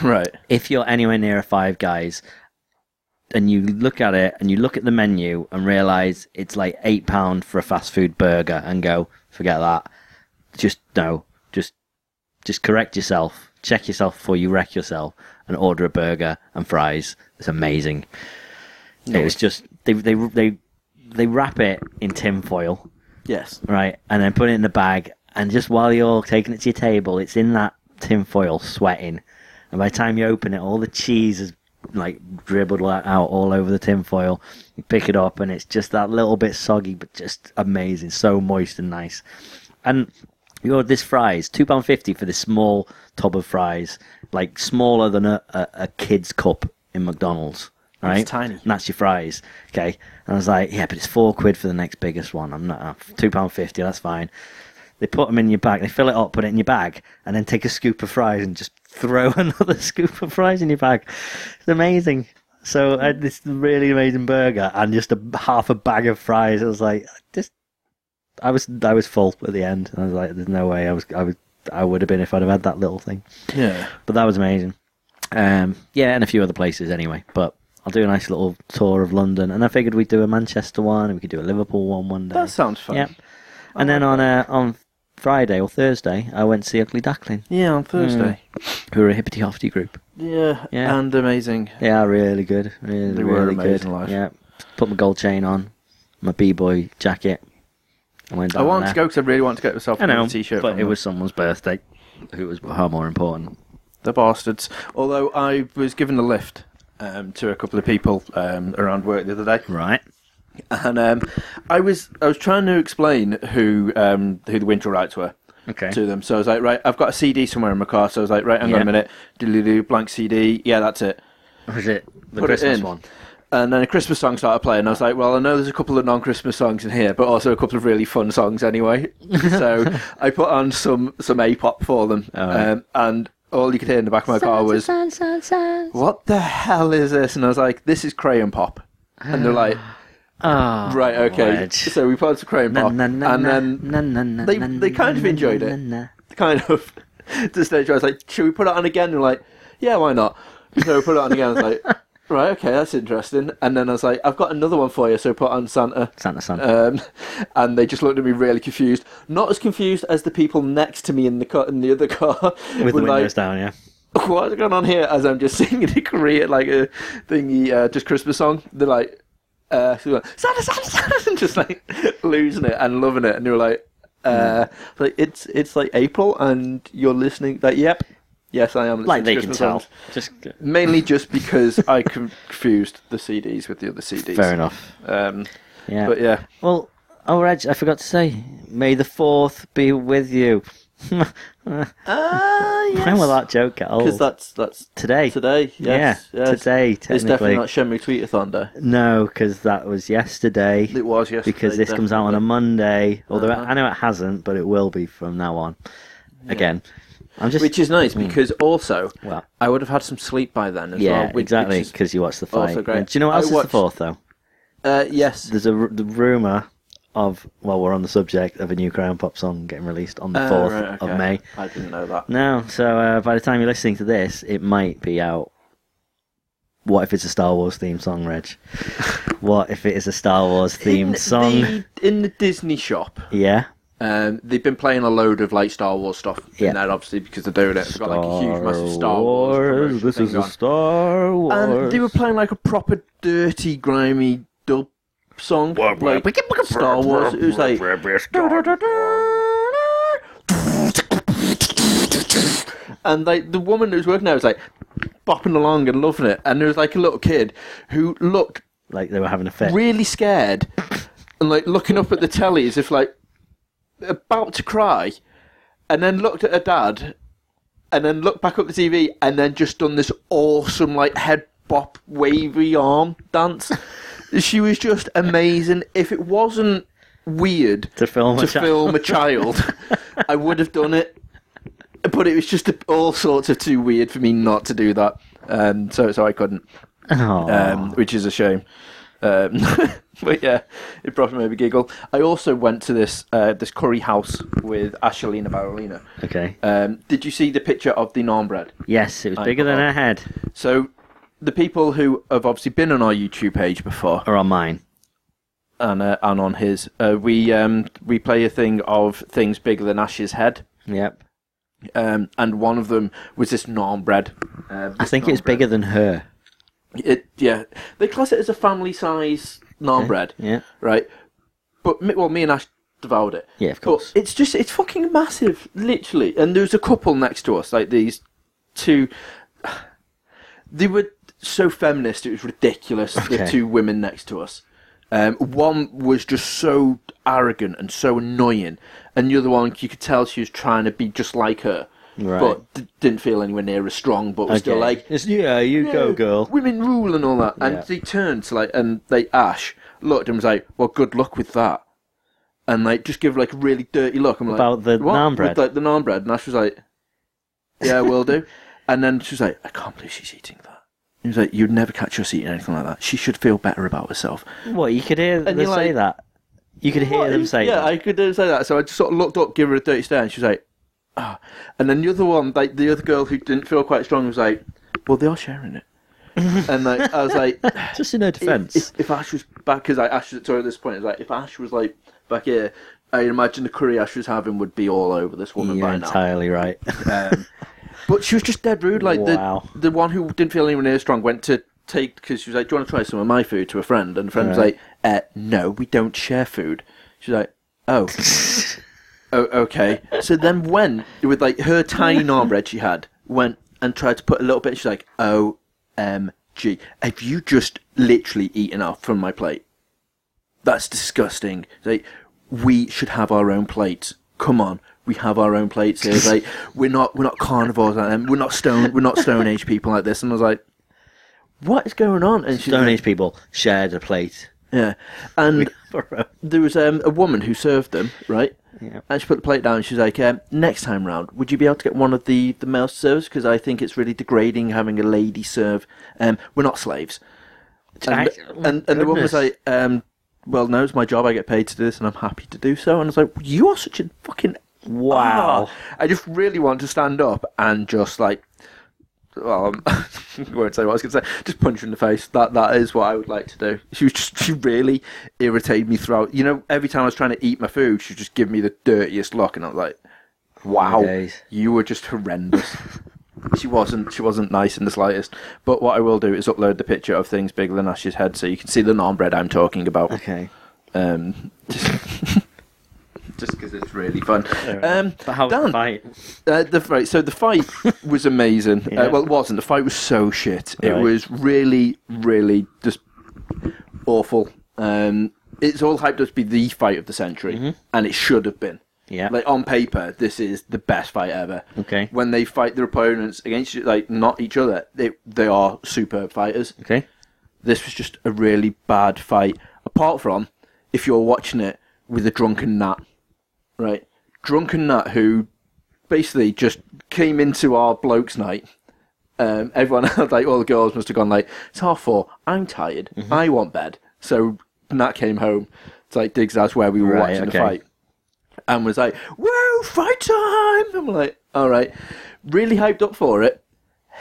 Speaker 1: Right.
Speaker 3: if you're anywhere near a Five Guys and you look at it and you look at the menu and realize it's like eight pound for a fast food burger and go forget that just no just just correct yourself check yourself before you wreck yourself and order a burger and fries it's amazing it was just they they they they wrap it in tin foil,
Speaker 1: Yes.
Speaker 3: right, and then put it in the bag. And just while you're taking it to your table, it's in that tin foil sweating. And by the time you open it, all the cheese is like dribbled li- out all over the tin foil. You pick it up, and it's just that little bit soggy, but just amazing, so moist and nice. And you ordered this fries, two pound fifty for this small tub of fries, like smaller than a, a, a kid's cup in McDonald's. Right,
Speaker 1: tiny.
Speaker 3: And that's your fries, okay? And I was like, yeah, but it's four quid for the next biggest one. I'm not uh, two pound fifty. That's fine. They put them in your bag. They fill it up, put it in your bag, and then take a scoop of fries and just throw another scoop of fries in your bag. It's amazing. So I had this really amazing burger and just a half a bag of fries. It was like just I was I was full at the end. I was like, there's no way I was I was I would have been if I'd have had that little thing.
Speaker 1: Yeah.
Speaker 3: But that was amazing. Um, yeah, and a few other places anyway. But I'll do a nice little tour of London, and I figured we'd do a Manchester one, and we could do a Liverpool one one day.
Speaker 1: That sounds fun.
Speaker 3: Yep. And then on uh, on Friday or Thursday, I went to see Ugly Duckling,
Speaker 1: Yeah, on
Speaker 3: Hmm.
Speaker 1: Thursday.
Speaker 3: who are a hippity hofty group.
Speaker 1: Yeah.
Speaker 3: Yeah.
Speaker 1: And amazing.
Speaker 3: They are really good, really,
Speaker 1: They were
Speaker 3: really
Speaker 1: amazing
Speaker 3: good.
Speaker 1: live.
Speaker 3: Yeah, put my gold chain on, my b boy jacket. I went.
Speaker 1: I
Speaker 3: down
Speaker 1: want
Speaker 3: there.
Speaker 1: to go because I really want to get myself
Speaker 3: I know,
Speaker 1: a t-shirt.
Speaker 3: but
Speaker 1: from
Speaker 3: it
Speaker 1: them.
Speaker 3: was someone's birthday. Who was far more important?
Speaker 1: the bastards. Although I was given a lift um, to a couple of people um, around work the other day,
Speaker 3: Right.
Speaker 1: and um, I was I was trying to explain who um, who the Winter Rights were.
Speaker 3: Okay.
Speaker 1: To them, so I was like, right, I've got a CD somewhere in my car, so I was like, right, hang on
Speaker 3: Yeah.
Speaker 1: a minute, do do blank CD, yeah, that's it.
Speaker 3: Was it the
Speaker 1: Put it
Speaker 3: Christmas
Speaker 1: in.
Speaker 3: one?
Speaker 1: And then a Christmas song started playing. and I was like, well, I know there's a couple of non-Christmas songs in here, but also a couple of really fun songs anyway. so I put on some some A-pop for them,
Speaker 3: right.
Speaker 1: um, and all you could hear in the back of my car was, "What the hell is this?" And I was like, "This is crayon pop," and they're like,
Speaker 3: Ah,
Speaker 1: "Right, okay." So we played some crayon
Speaker 3: Na,
Speaker 1: pop,
Speaker 3: na, na,
Speaker 1: and
Speaker 3: na,
Speaker 1: then
Speaker 3: na, na, na,
Speaker 1: they-
Speaker 3: na,
Speaker 1: they kind of
Speaker 3: na,
Speaker 1: enjoyed
Speaker 3: na,
Speaker 1: it.
Speaker 3: na, na.
Speaker 1: kind of to the stage where I was like, should we put it on again? And they're like, yeah, why not? So we put it on again. I was like, right, okay, that's interesting. And then I was like, I've got another one for you. So put on Santa.
Speaker 3: Santa, Santa.
Speaker 1: Um, and they just looked at me really confused. Not as confused as the people next to me in the car, in the other car.
Speaker 3: With
Speaker 1: were
Speaker 3: the windows
Speaker 1: like,
Speaker 3: down, yeah.
Speaker 1: what's going on here? As I'm just singing a Korean, like a thingy, uh, just Christmas song. They're like, uh, so they're like, Santa, Santa, Santa, and just like losing it and loving it. And they were like, uh,
Speaker 3: Hmm.
Speaker 1: like it's it's like April, and you're listening. Like, yep, yes, I am. Listening
Speaker 3: Like
Speaker 1: to
Speaker 3: they can
Speaker 1: Christmas
Speaker 3: tell.
Speaker 1: songs.
Speaker 3: Just
Speaker 1: Mainly just because I confused the CDs with the other CDs.
Speaker 3: fair enough.
Speaker 1: Um,
Speaker 3: Yeah.
Speaker 1: But yeah,
Speaker 3: Well, oh, Reg, I forgot to say, May the Fourth be with you.
Speaker 1: ah, yes.
Speaker 3: When will that joke get old?
Speaker 1: Because that's that's
Speaker 3: today.
Speaker 1: today. Yes,
Speaker 3: yeah.
Speaker 1: yes.
Speaker 3: Today,
Speaker 1: It's
Speaker 3: technically.
Speaker 1: definitely not Shenmue Tweetathon Day.
Speaker 3: No, because that was yesterday.
Speaker 1: It was yesterday.
Speaker 3: because this comes out on a Monday. Although
Speaker 1: Uh-huh.
Speaker 3: I know it hasn't, but it will be from now on. Again, I'm just
Speaker 1: Which is nice because also
Speaker 3: Hmm. well,
Speaker 1: I would have had some sleep by then as
Speaker 3: yeah,
Speaker 1: well. which-
Speaker 3: exactly
Speaker 1: which is-
Speaker 3: because you watched the fight.
Speaker 1: also great.
Speaker 3: Do you know what
Speaker 1: I
Speaker 3: else is the
Speaker 1: watched-
Speaker 3: fourth though?
Speaker 1: uh, yes.
Speaker 3: There's a r- the rumor of well, we're on the subject of a new Crown Pop song getting released on the
Speaker 1: Uh,
Speaker 3: fourth
Speaker 1: right, okay.
Speaker 3: of May.
Speaker 1: I didn't know that.
Speaker 3: No, so uh, by the time you're listening to this, it might be out. What if it's a Star Wars themed song, Reg? what if it is a Star Wars
Speaker 1: In
Speaker 3: themed song?
Speaker 1: The, in the Disney shop,
Speaker 3: Yeah.
Speaker 1: um, they've been playing a load of like Star Wars stuff
Speaker 3: Yeah.
Speaker 1: in there, obviously, because they're doing it. They've got like a huge, massive Star Wars. promotion
Speaker 3: This
Speaker 1: thing
Speaker 3: is a
Speaker 1: on.
Speaker 3: Star Wars.
Speaker 1: And they were playing like a proper dirty, grimy dub song, like Star Wars. It was like. And like the woman who was working there was like bopping along and loving it, and there was like a little kid who looked
Speaker 3: like they were having a fit.
Speaker 1: really scared and like looking up at the telly as if like about to cry, and then looked at her dad, and then looked back up the TV, and then just done this awesome like head bop wavy arm dance. she was just amazing. If it wasn't weird
Speaker 3: To film a
Speaker 1: to
Speaker 3: child.
Speaker 1: film a child, I would have done it. But it was just all sorts of too weird for me not to do that. Um, so so I couldn't
Speaker 3: Aw.
Speaker 1: um, which is a shame. Um, but yeah, it probably made me giggle. I also went to this uh, this curry house with Ashelina Barolina.
Speaker 3: okay.
Speaker 1: Um, did you see the picture of the naan bread?
Speaker 3: yes, it was bigger than
Speaker 1: forgot.
Speaker 3: her head.
Speaker 1: So the people who have obviously been on our YouTube page before
Speaker 3: Or on mine.
Speaker 1: and uh, and on his, uh, we um, we play a thing of things bigger than Ash's head.
Speaker 3: Yep.
Speaker 1: Um, and one of them was this naan bread. Um,
Speaker 3: I think it was bigger than her.
Speaker 1: It yeah, they class it as a family size naan bread,
Speaker 3: Yeah.
Speaker 1: right? But me- well, me and Ash devoured it.
Speaker 3: Yeah, of
Speaker 1: But
Speaker 3: course.
Speaker 1: it's just it's fucking massive, literally. And there was a couple next to us, like these two. They were so feminist; it was ridiculous. The
Speaker 3: Okay.
Speaker 1: two women next to us. Um, one was just so arrogant and so annoying, and the other one you could tell she was trying to be just like her,
Speaker 3: Right.
Speaker 1: but d- didn't feel anywhere near as strong. But was still
Speaker 3: Okay.
Speaker 1: like,
Speaker 3: It's- yeah, you go,
Speaker 1: "No,
Speaker 3: girl.
Speaker 1: Women rule and all that. And
Speaker 3: Yeah.
Speaker 1: they turned to like, and they Ash looked and was like, "Well, good luck with that," and like just give like a really dirty look. I'm like,
Speaker 3: About the
Speaker 1: "What?"
Speaker 3: naan bread?
Speaker 1: with, like the naan bread, and Ash was like, "Yeah, will do." And then she was like, "I can't believe she's eating that." He was like, "You'd never catch us eating anything like that. She should feel better about herself."
Speaker 3: What you could hear them
Speaker 1: you're
Speaker 3: say
Speaker 1: like-
Speaker 3: that. You could hear
Speaker 1: What?
Speaker 3: them say
Speaker 1: yeah,
Speaker 3: that.
Speaker 1: I could uh, say that. So I just sort of looked up, give her a dirty stare, and she was like, ah. And then the other one, like the other girl who didn't feel quite strong, was like, well, they are sharing it. and like, I was like,
Speaker 3: Just in her
Speaker 1: if,
Speaker 3: defence.
Speaker 1: if, if Ash was back, because like, Ash was at Torre at this point, it's like if Ash was like back here, I imagine the curry Ash was having would be all over this woman
Speaker 3: You're
Speaker 1: by now.
Speaker 3: entirely right.
Speaker 1: Um, but she was just dead rude. Like
Speaker 3: Wow.
Speaker 1: the the one who didn't feel anywhere near strong went to take because she was like, "Do you want to try some of my food?" to a friend, and the friend was
Speaker 3: Right.
Speaker 1: like, uh, "No, we don't share food." She's like, "Oh." Oh, okay. So then when, with like her tiny arm bread she had, went and tried to put a little bit, she's like, OMG, have you just literally eaten off from my plate? That's disgusting. It's Like, we should have our own plates. Come on. We have our own plates here. It's Like, we're not, we're not carnivores like them. We're not stone, we're not stone age people like this. And I was like, what is going on? And she's
Speaker 3: Stone
Speaker 1: like,
Speaker 3: Age people shared a plate.
Speaker 1: yeah. And
Speaker 3: For
Speaker 1: there was um, a woman who served them, right?
Speaker 3: Yeah.
Speaker 1: And she put the plate down. And she's like, um, "Next time round, would you be able to get one of the the male servers? Because I think it's really degrading having a lady serve. Um, we're not slaves." And
Speaker 3: Jack- oh my
Speaker 1: and, and the woman was
Speaker 3: goodness.
Speaker 1: like, um, "Well, no, it's my job. I get paid to do this, and I'm happy to do so." And I was like, "You are such a fucking
Speaker 3: Wow.
Speaker 1: Ah. I just really want to stand up and just like." Well, um, I won't say what I was going to say. Just punch her in the face. That that is what I would like to do. She was just she really irritated me throughout. You know, every time I was trying to eat my food, she just give me the dirtiest look, and I was like, "Wow,
Speaker 3: My days.
Speaker 1: you were just horrendous." she wasn't. She wasn't nice in the slightest. But what I will do is upload the picture of things bigger than Ash's head, so you can see the non bread I'm talking about.
Speaker 3: Okay.
Speaker 1: Um, just because it's really fun. Um,
Speaker 3: But how was
Speaker 1: Dan,
Speaker 3: the fight?
Speaker 1: uh, the right, so the fight was amazing.
Speaker 3: Yeah.
Speaker 1: Uh, well, it wasn't. The fight was so shit. It
Speaker 3: Right.
Speaker 1: was really, really just awful. Um, it's all hyped up to be the fight of the century, and it should have been.
Speaker 3: Mm-hmm. Yeah.
Speaker 1: Like on paper, this is the best fight ever.
Speaker 3: Okay.
Speaker 1: When they fight their opponents against, like not each other, they they are superb fighters
Speaker 3: Okay.
Speaker 1: this was just a really bad fight. Apart from if you're watching it with a drunken nat, right? Drunken nat who basically just came into our blokes' night. Um, everyone had like all the girls must have gone like it's half four. I'm tired.
Speaker 3: Mm-hmm.
Speaker 1: I want bed. So Nat came home to like Diggs' house where we were
Speaker 3: Right,
Speaker 1: watching
Speaker 3: okay.
Speaker 1: the fight, and was like, "Whoa, fight time!" I'm like, "All right," really hyped up for it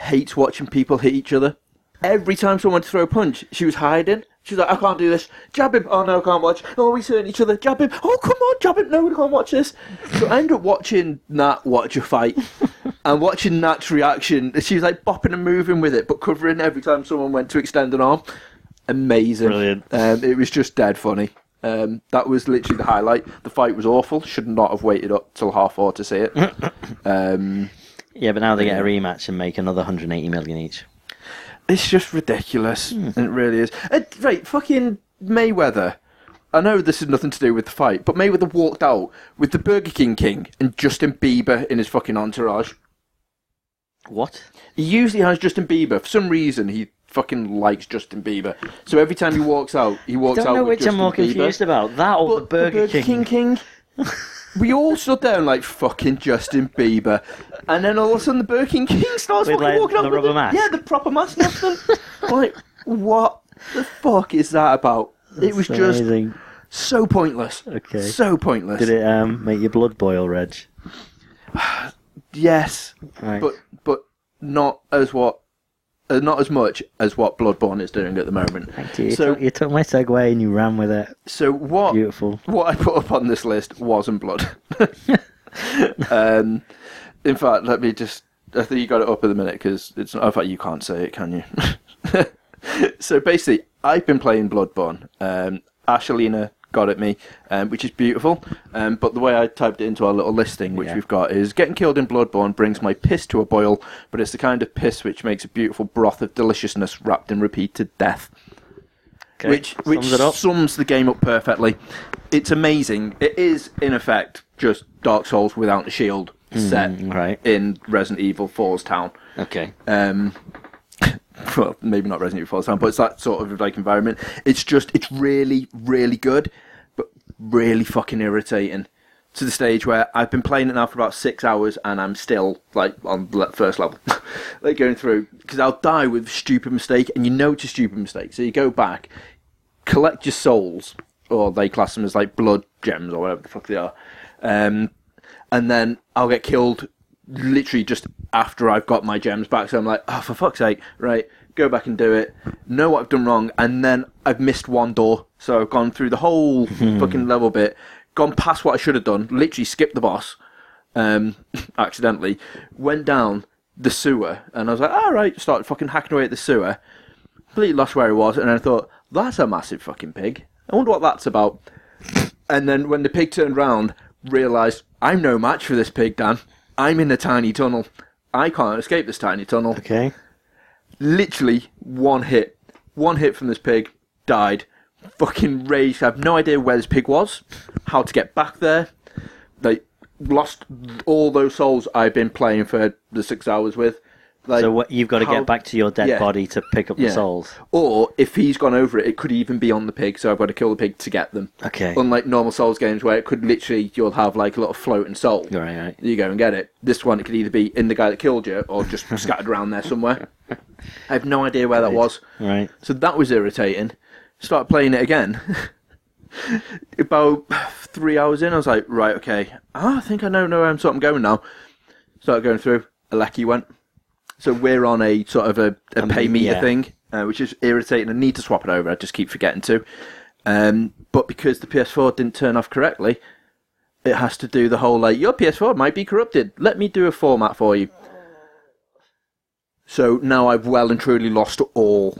Speaker 1: hates watching people hit each other. Every time someone threw a punch, she was hiding. She was like, I can't do this. Jab him. Oh, no, I can't watch. Oh, he's hurting each other. Jab him. Oh, come on, jab him. No, we can't watch this. So I ended up watching Nat watch a fight and watching Nat's reaction. She was like bopping and moving with it, but covering every time someone went to extend an arm. Amazing.
Speaker 3: Brilliant.
Speaker 1: Um, it was just dead funny. Um, that was literally the highlight. The fight was awful. Should not have waited up till half four to see it. um,
Speaker 3: Yeah, but now they get a rematch and make another 180 million each.
Speaker 1: It's just ridiculous.
Speaker 3: Hmm.
Speaker 1: It really is. Uh, right, fucking Mayweather. I know this has nothing to do with the fight, but Mayweather walked out with the Burger King King and Justin Bieber in his fucking entourage.
Speaker 3: What?
Speaker 1: He usually has Justin Bieber. For some reason, he fucking likes Justin Bieber. So every time he walks out, he walks
Speaker 3: Don't
Speaker 1: out
Speaker 3: know
Speaker 1: with
Speaker 3: which I'm
Speaker 1: Justin
Speaker 3: more
Speaker 1: Bieber.
Speaker 3: confused about, that or the
Speaker 1: But
Speaker 3: Burger, King.
Speaker 1: King. we all stood there and like fucking Justin Bieber, and then all of a sudden the Burger King King starts
Speaker 3: With,
Speaker 1: fucking
Speaker 3: like,
Speaker 1: walking up
Speaker 3: the
Speaker 1: with
Speaker 3: rubber
Speaker 1: the-
Speaker 3: mask.
Speaker 1: Yeah, the proper mask and everything. like, what the fuck is that about? it was just
Speaker 3: Amazing.
Speaker 1: so pointless.
Speaker 3: Okay.
Speaker 1: So pointless.
Speaker 3: Did it um, make your blood boil, Reg?
Speaker 1: Yes,
Speaker 3: Right.
Speaker 1: but but not as what. Uh, not as much as what Bloodborne is doing at the moment.
Speaker 3: Thank you. You
Speaker 1: So-
Speaker 3: took- you took my segue and you ran with it.
Speaker 1: So what?
Speaker 3: Beautiful.
Speaker 1: what I put up on this list wasn't blood. um, in fact, let me just. I think you got it up in a minute because it's. In fact, you can't say it, can you? so basically, I've been playing Bloodborne. Um, Ashelina got at me, um, which is beautiful. Um, but the way I typed it into our little listing, which
Speaker 3: Yeah.
Speaker 1: we've got, is getting killed in Bloodborne brings my piss to a boil, but it's the kind of piss which makes a beautiful broth of deliciousness wrapped in repeated death.
Speaker 3: Okay,
Speaker 1: Which which
Speaker 3: sums it up.
Speaker 1: sums the game up perfectly. It's amazing. It is in effect just Dark Souls without the shield set
Speaker 3: Hmm, right.
Speaker 1: in Resident Evil 4's town
Speaker 3: Okay.
Speaker 1: um, well, maybe not Resident Evil Fallout Town, but it's that sort of like environment. It's just, it's really, really good, but really fucking irritating to the stage where I've been playing it now for about six hours and I'm still like on the first level, like going through because I'll die with a stupid mistake and you know it's a stupid mistake, so you go back, collect your souls, or they class them as like blood gems or whatever the fuck they are, um, and then I'll get killed literally just after I've got my gems back. So I'm like, oh, for fuck's sake, right, go back and do it, know what I've done wrong, and then I've missed one door. So I've gone through the whole fucking level bit, gone past what I should have done, literally skipped the boss, um, accidentally, went down the sewer, and I was like, all right, started fucking hacking away at the sewer completely lost where he was, and I thought, that's a massive fucking pig. I wonder what that's about. And then when the pig turned round, realised, I'm no match for this pig, Dan. I'm in a tiny tunnel. I can't escape this tiny tunnel.
Speaker 3: Okay.
Speaker 1: Literally one hit. One hit from this pig, died. Fucking raged. I have no idea where this pig was, how to get back there. They lost all those souls I've been playing for the six hours with. Like,
Speaker 3: So what, you've got to
Speaker 1: how-
Speaker 3: get back to your dead
Speaker 1: yeah.
Speaker 3: body to pick up
Speaker 1: Yeah.
Speaker 3: the souls.
Speaker 1: Or if he's gone over it, it could even be on the pig, so I've got to kill the pig to get them.
Speaker 3: Okay.
Speaker 1: Unlike normal Souls games where it could literally, you'll have like a lot of floating soul.
Speaker 3: All right, all right.
Speaker 1: You go and get it. This one, it could either be in the guy that killed you or just scattered around there somewhere. I have no idea where that was.
Speaker 3: Right.
Speaker 1: So that was irritating. Start playing it again. About three hours in, I was like, right, okay. Ah, I think I know, know where I'm sort of going now. Started going through. A lackey went. So we're on a sort of a, a pay meter
Speaker 3: yeah.
Speaker 1: thing, uh, which is irritating. I need to swap it over. I just keep forgetting to. Um, but because the PS4 didn't turn off correctly, it has to do the whole like your PS4 might be corrupted. Let me do a format for you. So now I've well and truly lost all,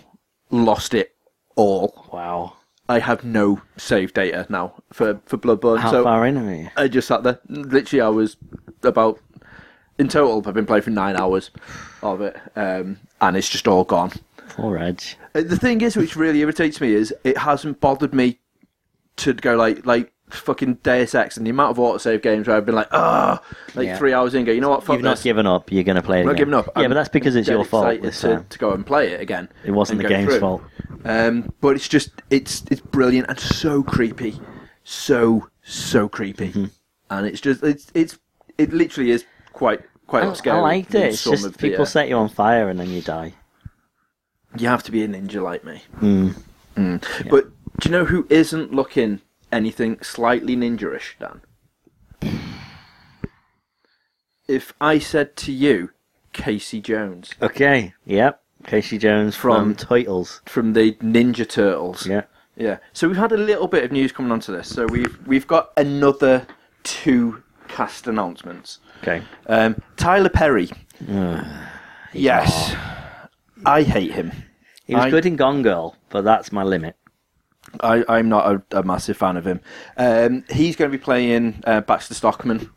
Speaker 1: lost it all.
Speaker 3: Wow.
Speaker 1: I have no save data now for for Bloodborne.
Speaker 3: How
Speaker 1: so
Speaker 3: far in are you?
Speaker 1: I just sat there. Literally, I was about in total. I've been playing for nine hours of it, um, and it's just all gone.
Speaker 3: Poor Edge.
Speaker 1: Uh, The thing is, which really irritates me, is it hasn't bothered me to go like like fucking Deus Ex and the amount of autosave games where I've been like, ah, like
Speaker 3: Yeah.
Speaker 1: three hours in, go, you know what, fuck
Speaker 3: You've not
Speaker 1: this.
Speaker 3: given up. You're going to play it
Speaker 1: I'm not
Speaker 3: again.
Speaker 1: giving up.
Speaker 3: Yeah,
Speaker 1: I'm
Speaker 3: but that's because it's
Speaker 1: dead
Speaker 3: your fault
Speaker 1: excited
Speaker 3: this
Speaker 1: to,
Speaker 3: time.
Speaker 1: to go and play it again.
Speaker 3: It wasn't
Speaker 1: and
Speaker 3: the
Speaker 1: go
Speaker 3: game's
Speaker 1: through.
Speaker 3: fault.
Speaker 1: Um, but it's just it's it's brilliant and so creepy, so so creepy, and it's just it's it's it literally is quite quite
Speaker 3: Oh, I,
Speaker 1: scary.
Speaker 3: I liked
Speaker 1: in
Speaker 3: it. It's
Speaker 1: some
Speaker 3: just
Speaker 1: of the,
Speaker 3: people
Speaker 1: uh,
Speaker 3: set you on fire and then you die.
Speaker 1: you have to be a ninja like me. Mm. But do you know who isn't looking anything slightly ninja-ish, Dan? If I said to you, Casey Jones
Speaker 3: Okay. Yep. Casey Jones
Speaker 1: From-
Speaker 3: from, Titles.
Speaker 1: from the Ninja Turtles.
Speaker 3: Yeah.
Speaker 1: Yeah. So we've had a little bit of news coming onto this. So we've we've got another two cast announcements.
Speaker 3: Okay.
Speaker 1: Um, Tyler Perry. yes. I hate him.
Speaker 3: He was
Speaker 1: I-
Speaker 3: good in Gone Girl, but that's my limit.
Speaker 1: I, I'm not a, a massive fan of him. Um, he's going to be playing uh, Baxter Stockman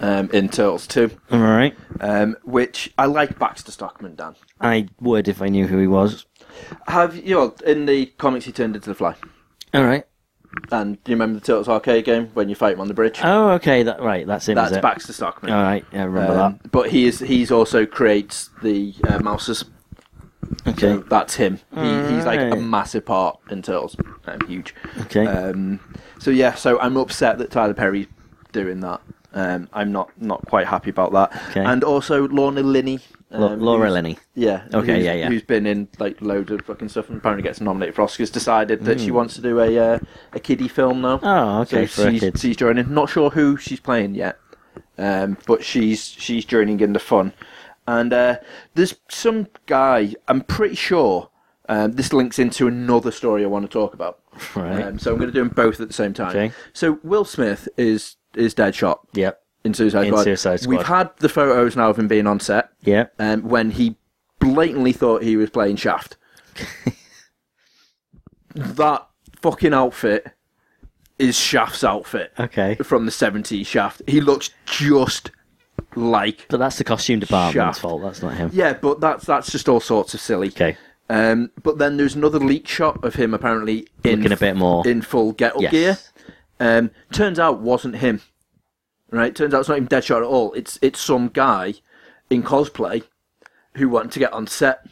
Speaker 1: um, in Turtles 2,
Speaker 3: All right.
Speaker 1: um, which I like Baxter Stockman, Dan.
Speaker 3: I would if I knew who he was.
Speaker 1: Have you, well, in the comics, he turned into the fly.
Speaker 3: All right.
Speaker 1: And do you remember the Turtles arcade game when you fight him on the bridge?
Speaker 3: Oh, okay. That right. That's him.
Speaker 1: That's
Speaker 3: is it? Oh,
Speaker 1: Baxter Stockman.
Speaker 3: All right. Yeah, I remember
Speaker 1: Um, but he is he's also creates the uh, mouses.
Speaker 3: that.
Speaker 1: So
Speaker 3: Okay.
Speaker 1: that's him. He, he's like a
Speaker 3: Alright.
Speaker 1: massive part in Turtles. Um, huge.
Speaker 3: Okay.
Speaker 1: Um, so yeah, so I'm upset that Tyler Perry's doing that. Um, I'm not not quite happy about that.
Speaker 3: Okay.
Speaker 1: And also Lorna Linney. Um,
Speaker 3: Lo- Laura
Speaker 1: who's-
Speaker 3: Linney.
Speaker 1: Yeah.
Speaker 3: Okay,
Speaker 1: who's-
Speaker 3: yeah, yeah.
Speaker 1: Who's been in like loads of fucking stuff and apparently gets nominated for Oscars. Decided that she wants to do a uh, a kiddie film now.
Speaker 3: Hmm. Oh, okay.
Speaker 1: So
Speaker 3: for a
Speaker 1: she's,
Speaker 3: kid.
Speaker 1: she's joining. Not sure who she's playing yet, um, but she's she's joining in the fun. And uh, there's some guy. I'm pretty sure um, this links into another story I want to talk about.
Speaker 3: Right.
Speaker 1: Um, so I'm going to do them both at the same time.
Speaker 3: Okay.
Speaker 1: So Will Smith is is dead shot
Speaker 3: Yep.
Speaker 1: in Suicide
Speaker 3: In
Speaker 1: Squad.
Speaker 3: Suicide Squad.
Speaker 1: We've had the photos now of him being on set
Speaker 3: Yep.
Speaker 1: um, when he blatantly thought he was playing Shaft. that fucking outfit is Shaft's outfit
Speaker 3: Okay.
Speaker 1: from the 70s Shaft. He looks just like.
Speaker 3: But that's the costume department's
Speaker 1: Shaft.
Speaker 3: fault. That's not him.
Speaker 1: Yeah, but that's that's just all sorts of silly.
Speaker 3: Okay.
Speaker 1: Um, but then there's another leak shot of him apparently in
Speaker 3: Looking a bit more.
Speaker 1: in full get up
Speaker 3: Yes.
Speaker 1: gear. Um, turns out wasn't him. Right? Turns out it's not even Deadshot at all. It's it's some guy in cosplay who wanted to get on set.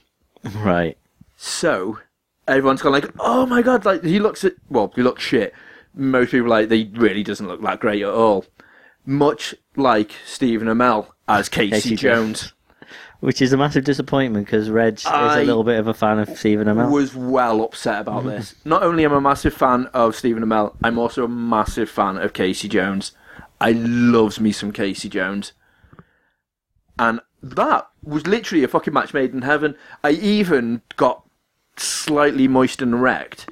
Speaker 3: Right.
Speaker 1: So everyone's gone like, oh my god, like he looks at well, he looks shit. Most people are like they really doesn't look that great at all. Much like Stephen Amell as Casey,
Speaker 3: Casey
Speaker 1: Jones
Speaker 3: Which is a massive disappointment because Reg
Speaker 1: I
Speaker 3: is a little bit of a fan of Stephen Amell.
Speaker 1: was well upset about this. Not only am I a massive fan of Stephen Amell, I'm also a massive fan of Casey Jones. I loves me some Casey Jones. And that was literally a fucking match made in heaven. I even got slightly moist and wrecked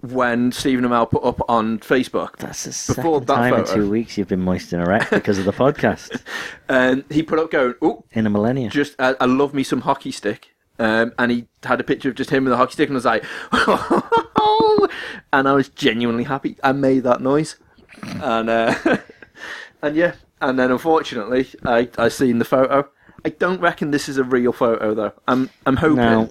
Speaker 1: when Stephen Amell put up on Facebook.
Speaker 3: That's the second
Speaker 1: Before that
Speaker 3: time in
Speaker 1: photo.
Speaker 3: two weeks you've been moist and erect because of the podcast
Speaker 1: And he put up going, oh,
Speaker 3: in a millennia.
Speaker 1: just I, I love me some hockey stick. Um, and he had a picture of just him with a hockey stick, and I was like, and I was genuinely happy. I made that noise, and uh, and yeah, and then unfortunately, I I seen the photo. I don't reckon this is a real photo though. I'm I'm hoping.
Speaker 3: No.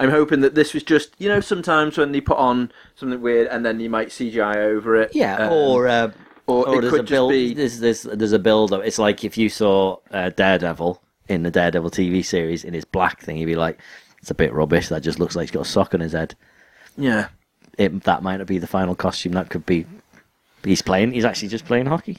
Speaker 1: I'm hoping that this was just, you know, sometimes when they put on something weird and then you might CGI over it.
Speaker 3: Yeah,
Speaker 1: um,
Speaker 3: or uh,
Speaker 1: or, it
Speaker 3: there's
Speaker 1: could
Speaker 3: a
Speaker 1: just
Speaker 3: build.
Speaker 1: be
Speaker 3: There's, there's there's a build up. It's like if you saw uh, Daredevil in the Daredevil TV series in his black thing, you'd be like, "It's a bit rubbish. That just looks like he's got a sock on his head."
Speaker 1: yeah,
Speaker 3: It, that might not be the final costume. That could be. He's playing. He's actually just playing hockey.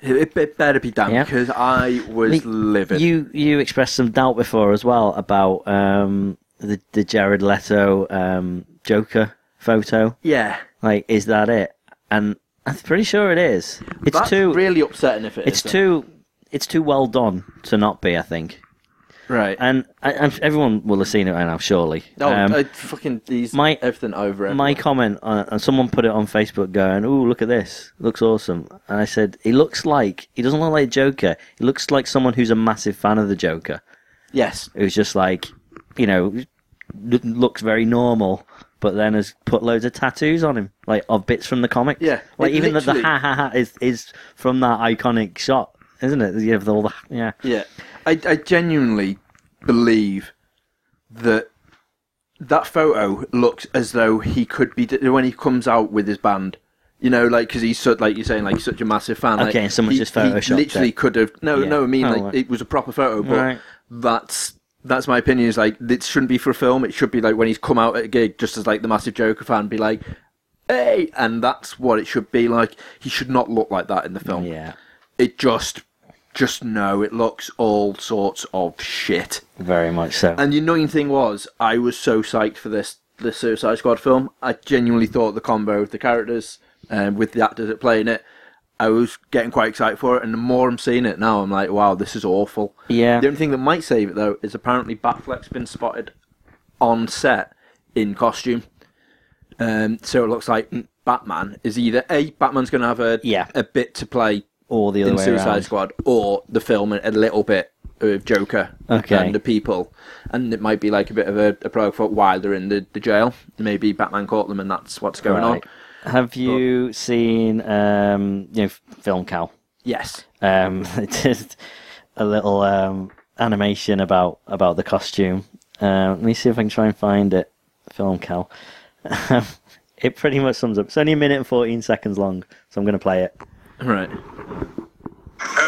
Speaker 1: it, it better be done
Speaker 3: Yeah.
Speaker 1: because I was
Speaker 3: Me-
Speaker 1: livid.
Speaker 3: You you expressed some doubt before as well about um, the the Jared Leto um, Joker photo.
Speaker 1: yeah,
Speaker 3: Like, is that it? And I'm pretty sure it is. It's
Speaker 1: That's
Speaker 3: too.
Speaker 1: really upsetting if it
Speaker 3: it's
Speaker 1: isn't.
Speaker 3: too. It's too well done to not be. I think.
Speaker 1: right.
Speaker 3: And I, I'm, everyone will have seen it right now, surely.
Speaker 1: No,
Speaker 3: Um,
Speaker 1: Oh, I fucking these
Speaker 3: my-
Speaker 1: everything over it.
Speaker 3: my comment, on, and someone put it on Facebook, going, "Ooh, look at this! Looks awesome!" And I said, "He looks like he doesn't look like Joker. He looks like someone who's a massive fan of the Joker."
Speaker 1: yes,
Speaker 3: who's just like, you know, l- looks very normal, but then has put loads of tattoos on him, like of bits from the comic.
Speaker 1: Yeah,
Speaker 3: like
Speaker 1: it
Speaker 3: even the, the
Speaker 1: literally-
Speaker 3: ha ha ha is is from that iconic shot, isn't it? You have the, all the yeah.
Speaker 1: yeah. I, I genuinely believe that that photo looks as though he could be when he comes out with his band. You know, like because he's so, like you're saying, like he's such a massive fan.
Speaker 3: Okay,
Speaker 1: like,
Speaker 3: someone's
Speaker 1: he-
Speaker 3: just photoshopped
Speaker 1: He literally
Speaker 3: it.
Speaker 1: could have. No,
Speaker 3: Yeah.
Speaker 1: no, I mean
Speaker 3: Oh,
Speaker 1: like
Speaker 3: right.
Speaker 1: it was a proper photo, but
Speaker 3: Right.
Speaker 1: that's that's my opinion. Is like it shouldn't be for a film. It should be like when he's come out at a gig, just as like the massive Joker fan, be like, "Hey!" And that's what it should be like. He should not look like that in the film.
Speaker 3: Yeah,
Speaker 1: it just just no it looks all sorts of shit
Speaker 3: very much so.
Speaker 1: and the annoying thing was i was so psyched for this this suicide squad film i genuinely thought the combo of the characters um, with the actors that playing it i was getting quite excited for it and the more i'm seeing it now i'm like wow this is awful
Speaker 3: Yeah.
Speaker 1: the only thing that might save it though is apparently batfleck's been spotted on set in costume um, so it looks like batman is either a batman's going to have a,
Speaker 3: Yeah.
Speaker 1: a bit to play
Speaker 3: or the other
Speaker 1: in
Speaker 3: way
Speaker 1: Suicide
Speaker 3: around.
Speaker 1: Squad or the film a little bit of Joker
Speaker 3: Okay.
Speaker 1: and the people, and it might be like a bit of a, a probe for while they're in the, the jail. Maybe Batman caught them, and that's what's going on.
Speaker 3: Right. Have you seen um, you know film Cal?
Speaker 1: Yes,
Speaker 3: um, just a little um, animation about about the costume. Um, let me see if I can try and find it. Film Cal. Um, it pretty much sums up. It's only a minute and fourteen seconds long, so I'm going to play it.
Speaker 1: right.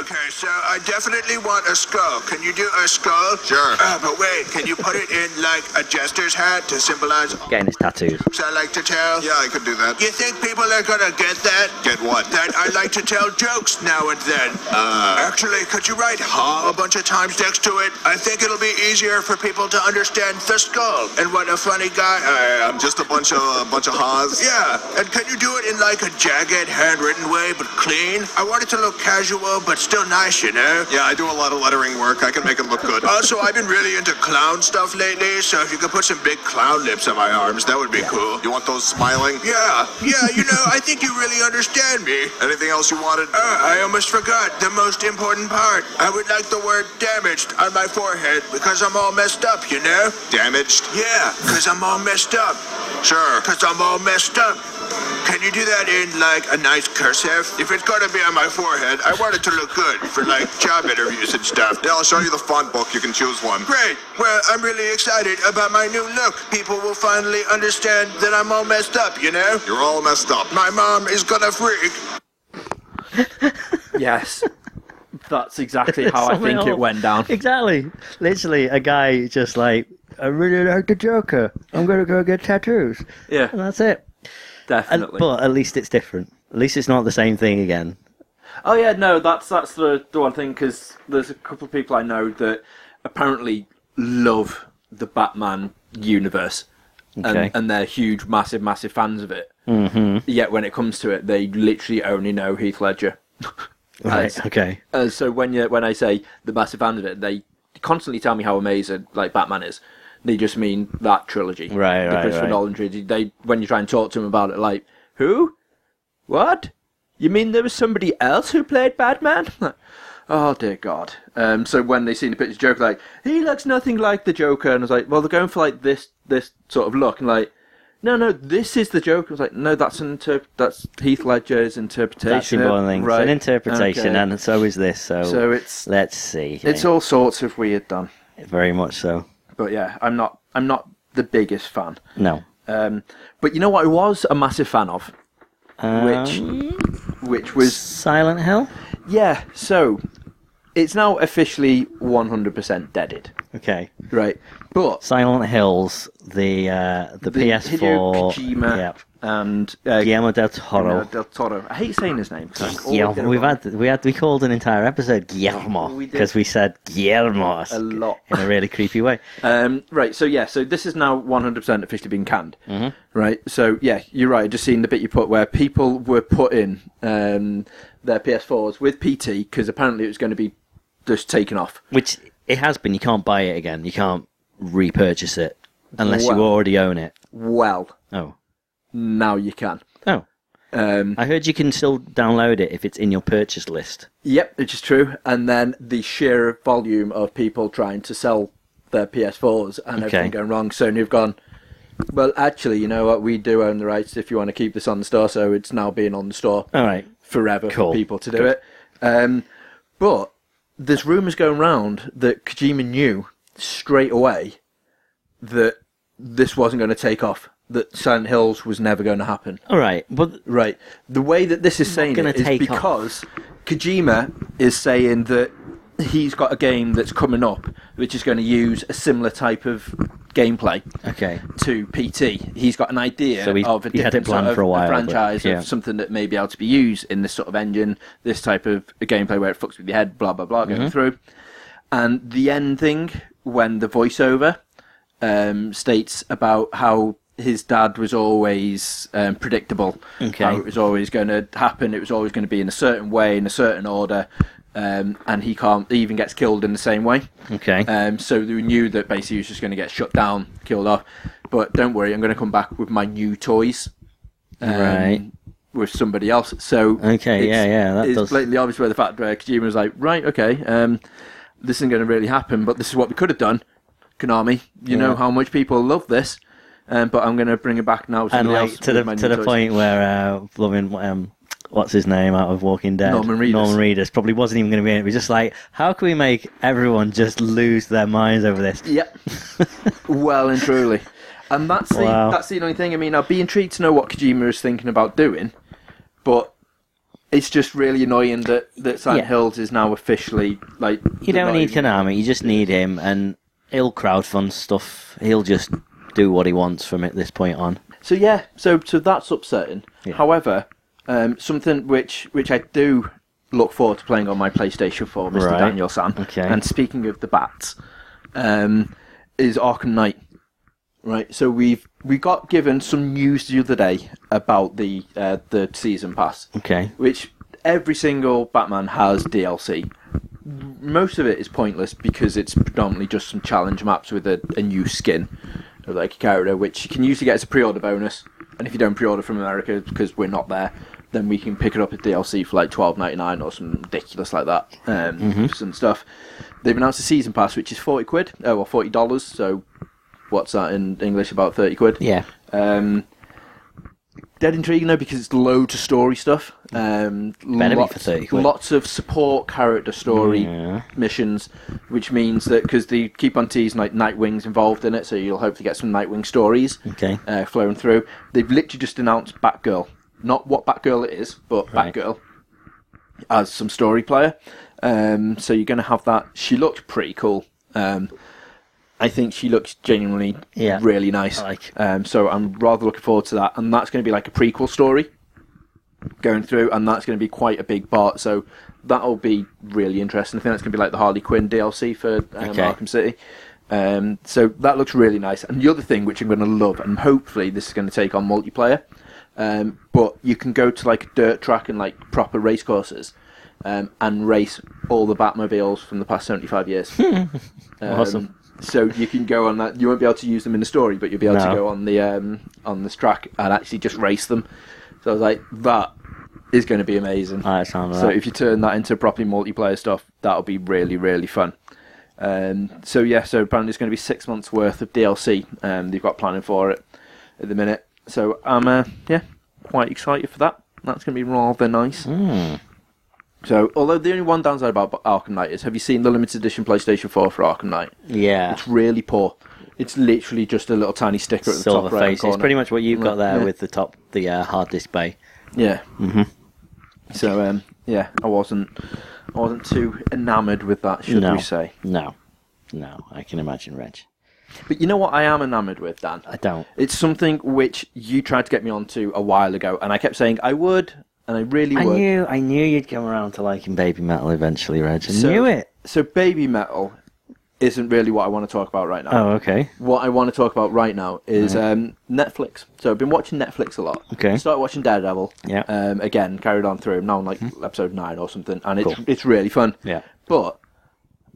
Speaker 4: Okay, so I definitely want a skull. Can you do a skull? Sure. Uh, but wait, can you put it in like a jester's hat to symbolize all
Speaker 3: Getting his tattoos.
Speaker 4: I like to tell?
Speaker 5: Yeah, I could do that.
Speaker 4: You think people are gonna get that?
Speaker 5: Get what?
Speaker 4: That I like to tell jokes now and then. Uh, Actually, could you write "ha" a bunch of times next to it? I think it'll be easier for people to understand the skull and what a funny guy I am.
Speaker 5: Just a bunch of a bunch of ha's.
Speaker 4: Yeah, and can you do it in like a jagged, handwritten way, but clean? I want it to look casual, but still nice, you know?
Speaker 5: Yeah, I do a lot of lettering work. I can make it look good.
Speaker 4: Also, I've been really into clown stuff lately, so if you could put some big clown lips on my arms, that would be cool.
Speaker 5: You want those smiling?
Speaker 4: Yeah, yeah, you know, I think you really understand me.
Speaker 5: Anything else you wanted?
Speaker 4: Uh, I almost forgot the most important part. I would like the word damaged on my forehead because I'm all messed up, you know?
Speaker 5: Damaged?
Speaker 4: Yeah, because I'm all messed up.
Speaker 5: Sure.
Speaker 4: Because I'm all messed up. Can you do that in like a nice cursive?
Speaker 5: If it's going to be on my forehead,
Speaker 4: I want it to look good for like job interviews and stuff.
Speaker 5: Yeah, I'll show you the font book. You can choose one.
Speaker 4: Great. Well, I'm really excited about my new look. People will finally understand that I'm all messed up, you know?
Speaker 5: You're all messed up.
Speaker 4: My mom is gonna freak.
Speaker 1: Yes. That's exactly how I
Speaker 3: Something
Speaker 1: think it
Speaker 3: else.
Speaker 1: went down.
Speaker 3: Exactly. Literally, a guy just like, I really like the Joker. I'm going to go get tattoos.
Speaker 1: Yeah,
Speaker 3: And that's it. And-
Speaker 1: definitely.
Speaker 3: but at least it's different. At least it's not the same thing again.
Speaker 1: Oh yeah, no, that's that's the, the one thing because there's a couple of people I know that apparently love the Batman universe,
Speaker 3: Okay.
Speaker 1: and, and they're huge, massive, massive fans of it. Mm-hmm. Yet when it comes to it, they literally only know Heath Ledger.
Speaker 3: Right.
Speaker 1: Yes.
Speaker 3: Okay.
Speaker 1: Uh, so when you when I say the massive fan of it, they constantly tell me how amazing like Batman is. They just mean that trilogy,
Speaker 3: Right,
Speaker 1: The
Speaker 3: right,
Speaker 1: Christopher
Speaker 3: right.
Speaker 1: Nolan trilogy. They when you try and talk to them about it, like who, what? You mean there was somebody else who played Batman? Like, oh dear God! Um, so when they seen the picture, Joker like he looks nothing like the Joker, and I was like, well, they're going for like this this sort of look, and like. No, no, this is the Joker. I was like, no, that's an interp- that's Heath Ledger's interpretation.
Speaker 3: That's important thing. It's
Speaker 1: Right,
Speaker 3: an interpretation,
Speaker 1: okay.
Speaker 3: and so is this. So,
Speaker 1: So it's-
Speaker 3: let's see.
Speaker 1: It's all sorts of weird done.
Speaker 3: very much so.
Speaker 1: But yeah, I'm not I'm not the biggest fan.
Speaker 3: No.
Speaker 1: Um, but you know what I was a massive fan of? Which which was
Speaker 3: Um, Silent Hill.
Speaker 1: yeah, so it's now officially one hundred percent deaded.
Speaker 3: Okay.
Speaker 1: Right. But
Speaker 3: Silent Hills, the uh, the,
Speaker 1: the Hideo
Speaker 3: PS4.
Speaker 1: Kojima
Speaker 3: Yep.
Speaker 1: and uh,
Speaker 3: Guillermo del Toro.
Speaker 1: Guillermo del Toro. I hate saying his name. 'cause I always
Speaker 3: Guillermo.
Speaker 1: get it
Speaker 3: We've
Speaker 1: wrong.
Speaker 3: had we had we called an entire episode Guillermo
Speaker 1: We did.
Speaker 3: because we said Guillermo
Speaker 1: a lot.
Speaker 3: in a really creepy way.
Speaker 1: Um, right, so yeah, so this is now 100% officially been canned. Right, so yeah, you're right. I just seen the bit you put where people were putting um, their PS4s with PT because apparently it was going to be just taken off.
Speaker 3: Which it has been. You can't buy it again. You can't repurchase it unless
Speaker 1: Well-
Speaker 3: you already own it.
Speaker 1: Well,
Speaker 3: Oh,
Speaker 1: now you can.
Speaker 3: oh.
Speaker 1: Um,
Speaker 3: I heard you can still download it if it's in your purchase list.
Speaker 1: yep, which is true. And then the sheer volume of people trying to sell their PS4s and everything going wrong. Sony have gone, well, actually, you know what? We do own the rights if you want to keep this on the store, so it's now being on the store.
Speaker 3: All right.
Speaker 1: forever
Speaker 3: Cool.
Speaker 1: for people to do
Speaker 3: Good.
Speaker 1: it. Um, but there's rumours going round that Kojima knew straight away that this wasn't going to take off, that Silent Hills was never going to happen.
Speaker 3: All right. But
Speaker 1: Right. The way that this is saying
Speaker 3: gonna
Speaker 1: it is
Speaker 3: take
Speaker 1: because Kojima is saying that he's got a game that's coming up which is going to use a similar type of gameplay
Speaker 3: okay.
Speaker 1: to PT. He's got an idea
Speaker 3: So he-
Speaker 1: of a
Speaker 3: he had it
Speaker 1: different sort
Speaker 3: planned
Speaker 1: of
Speaker 3: for a while,
Speaker 1: franchise
Speaker 3: but- yeah.
Speaker 1: of something that may be able to be used in this sort of engine, this type of gameplay where it fucks with your head, blah blah blah,
Speaker 3: Mm-hmm.
Speaker 1: going through. And the end thing when the voiceover um, states about how his dad was always um, predictable,
Speaker 3: Okay.
Speaker 1: how it was always going to happen, it was always going to be in a certain way, in a certain order, um, and he can't. He even gets killed in the same way.
Speaker 3: Okay.
Speaker 1: Um, so we knew that basically he was just going to get shut down, killed off. But don't worry, I'm going to come back with my new toys. um,
Speaker 3: Right.
Speaker 1: With somebody else. So
Speaker 3: Okay, yeah, yeah, that
Speaker 1: it's
Speaker 3: does-
Speaker 1: blatantly obvious where the fact where Kojima was like, right, okay, um, this isn't going to really happen, but this is what we could have done. Konami, you know
Speaker 3: Yeah.
Speaker 1: how much people love this, um, but I'm going to bring it back now. with
Speaker 3: and
Speaker 1: somebody
Speaker 3: like
Speaker 1: else
Speaker 3: to
Speaker 1: with
Speaker 3: the
Speaker 1: my
Speaker 3: to
Speaker 1: new
Speaker 3: the
Speaker 1: toys."
Speaker 3: point where uh, loving um, what's his name out of Walking Dead,
Speaker 1: Norman Reedus.
Speaker 3: Norman Reedus probably wasn't even going to be in it. It was just like, how can we make everyone just lose their minds over this?
Speaker 1: Yep. well and truly. And that's the
Speaker 3: Wow.
Speaker 1: that's the only thing. I mean, I'd be intrigued to know what Kojima is thinking about doing, but it's just really annoying that that Silent
Speaker 3: Yeah.
Speaker 1: Hills is now officially like
Speaker 3: You don't
Speaker 1: not
Speaker 3: need
Speaker 1: even-
Speaker 3: Konami. You just need him, and he'll crowdfund stuff. He'll just do what he wants from it this point on.
Speaker 1: So yeah, so so that's upsetting.
Speaker 3: Yeah.
Speaker 1: However, um, something which which I do look forward to playing on my PlayStation 4, Mr.
Speaker 3: Right.
Speaker 1: Daniel San.
Speaker 3: Okay.
Speaker 1: And speaking of the bats, um, is Arkham Knight. Right. So we've we got given some news the other day about the uh, the season pass,
Speaker 3: Okay.
Speaker 1: which every single Batman has DLC. Most of it is pointless because it's predominantly just some challenge maps with a, a new skin of like a character, which you can usually get as a pre-order bonus. And if you don't pre-order from America because we're not there, then we can pick it up at DLC for like twelve ninety nine or some ridiculous like that. Um,
Speaker 3: Mm-hmm.
Speaker 1: Some stuff. They've announced a season uh, pass which is forty quid, oh, well forty dollars. So what's that in English? About thirty quid.
Speaker 3: Yeah.
Speaker 1: Um, dead intriguing though because it's loads of story stuff. Um,
Speaker 3: Better be
Speaker 1: lots,
Speaker 3: for 30 quid.
Speaker 1: lots of support character story
Speaker 6: Yeah.
Speaker 1: missions, which means that because they keep on teasing like Nightwing's involved in it, so you'll hopefully get some Nightwing stories
Speaker 3: Okay.
Speaker 1: uh, flowing through. They've literally just announced Batgirl, not what Batgirl it is, but
Speaker 3: Right.
Speaker 1: Batgirl as some story player. Um, so you're going to have that. She looked pretty cool. Um, I think she looks genuinely
Speaker 3: Yeah.
Speaker 1: really nice.
Speaker 3: I like.
Speaker 1: Um, so I'm rather looking forward to that, and that's going to be like a prequel story going through, and that's going to be quite a big part. So that'll be really interesting. I think that's going to be like the Harley Quinn DLC for um,
Speaker 3: Okay.
Speaker 1: Arkham City. Um, so that looks really nice. And the other thing which I'm going to love, and hopefully this is going to take on multiplayer, um, but you can go to like a dirt track and like proper race courses. Um, and race all the Batmobiles from the past 75 years. Um,
Speaker 3: Awesome.
Speaker 1: So you can go on that. You won't be able to use them in the story, but you'll be able
Speaker 3: No.
Speaker 1: to go on the um, on this track and actually just race them. So I was like, that is going to be amazing.
Speaker 3: Alright, sounds
Speaker 1: so
Speaker 3: right.
Speaker 1: if you turn that into properly multiplayer stuff, that'll be really really fun. Um, so yeah, so apparently it's going to be six months worth of DLC. Um, they've got planning for it at the minute. So I'm uh, yeah quite excited for that. That's going to be rather nice. So, although the only one downside about Arkham Knight is, have you seen the limited edition PlayStation 4 for Arkham Knight?
Speaker 3: Yeah.
Speaker 1: It's really poor. It's literally just a little tiny sticker at the
Speaker 3: Silver
Speaker 1: top right
Speaker 3: face. It's pretty much what you've got there
Speaker 1: Yeah.
Speaker 3: with the top, the uh, hard disk bay.
Speaker 1: yeah. Mm-hmm. So um, yeah, I wasn't I wasn't too enamoured with that, should
Speaker 3: no.
Speaker 1: we say?
Speaker 3: No. No. I can imagine, Reg.
Speaker 1: But you know what? I am enamoured with Dan.
Speaker 3: I don't.
Speaker 1: It's something which you tried to get me onto a while ago, and I kept saying I would, and I really
Speaker 3: I
Speaker 1: would.
Speaker 3: knew, I knew you'd come around to liking baby metal eventually, Reg. I
Speaker 1: So-
Speaker 3: knew it.
Speaker 1: So baby metal isn't really what I want to talk about right now.
Speaker 3: Oh, okay.
Speaker 1: what I want to talk about right now is um, Netflix. So I've been watching Netflix a lot.
Speaker 3: Okay.
Speaker 1: Started watching Daredevil.
Speaker 3: Yeah.
Speaker 1: Um,
Speaker 3: Mm-hmm.
Speaker 1: again, carried on through. Now I'm like episode nine or something, and it's it's really fun.
Speaker 3: Yeah.
Speaker 1: But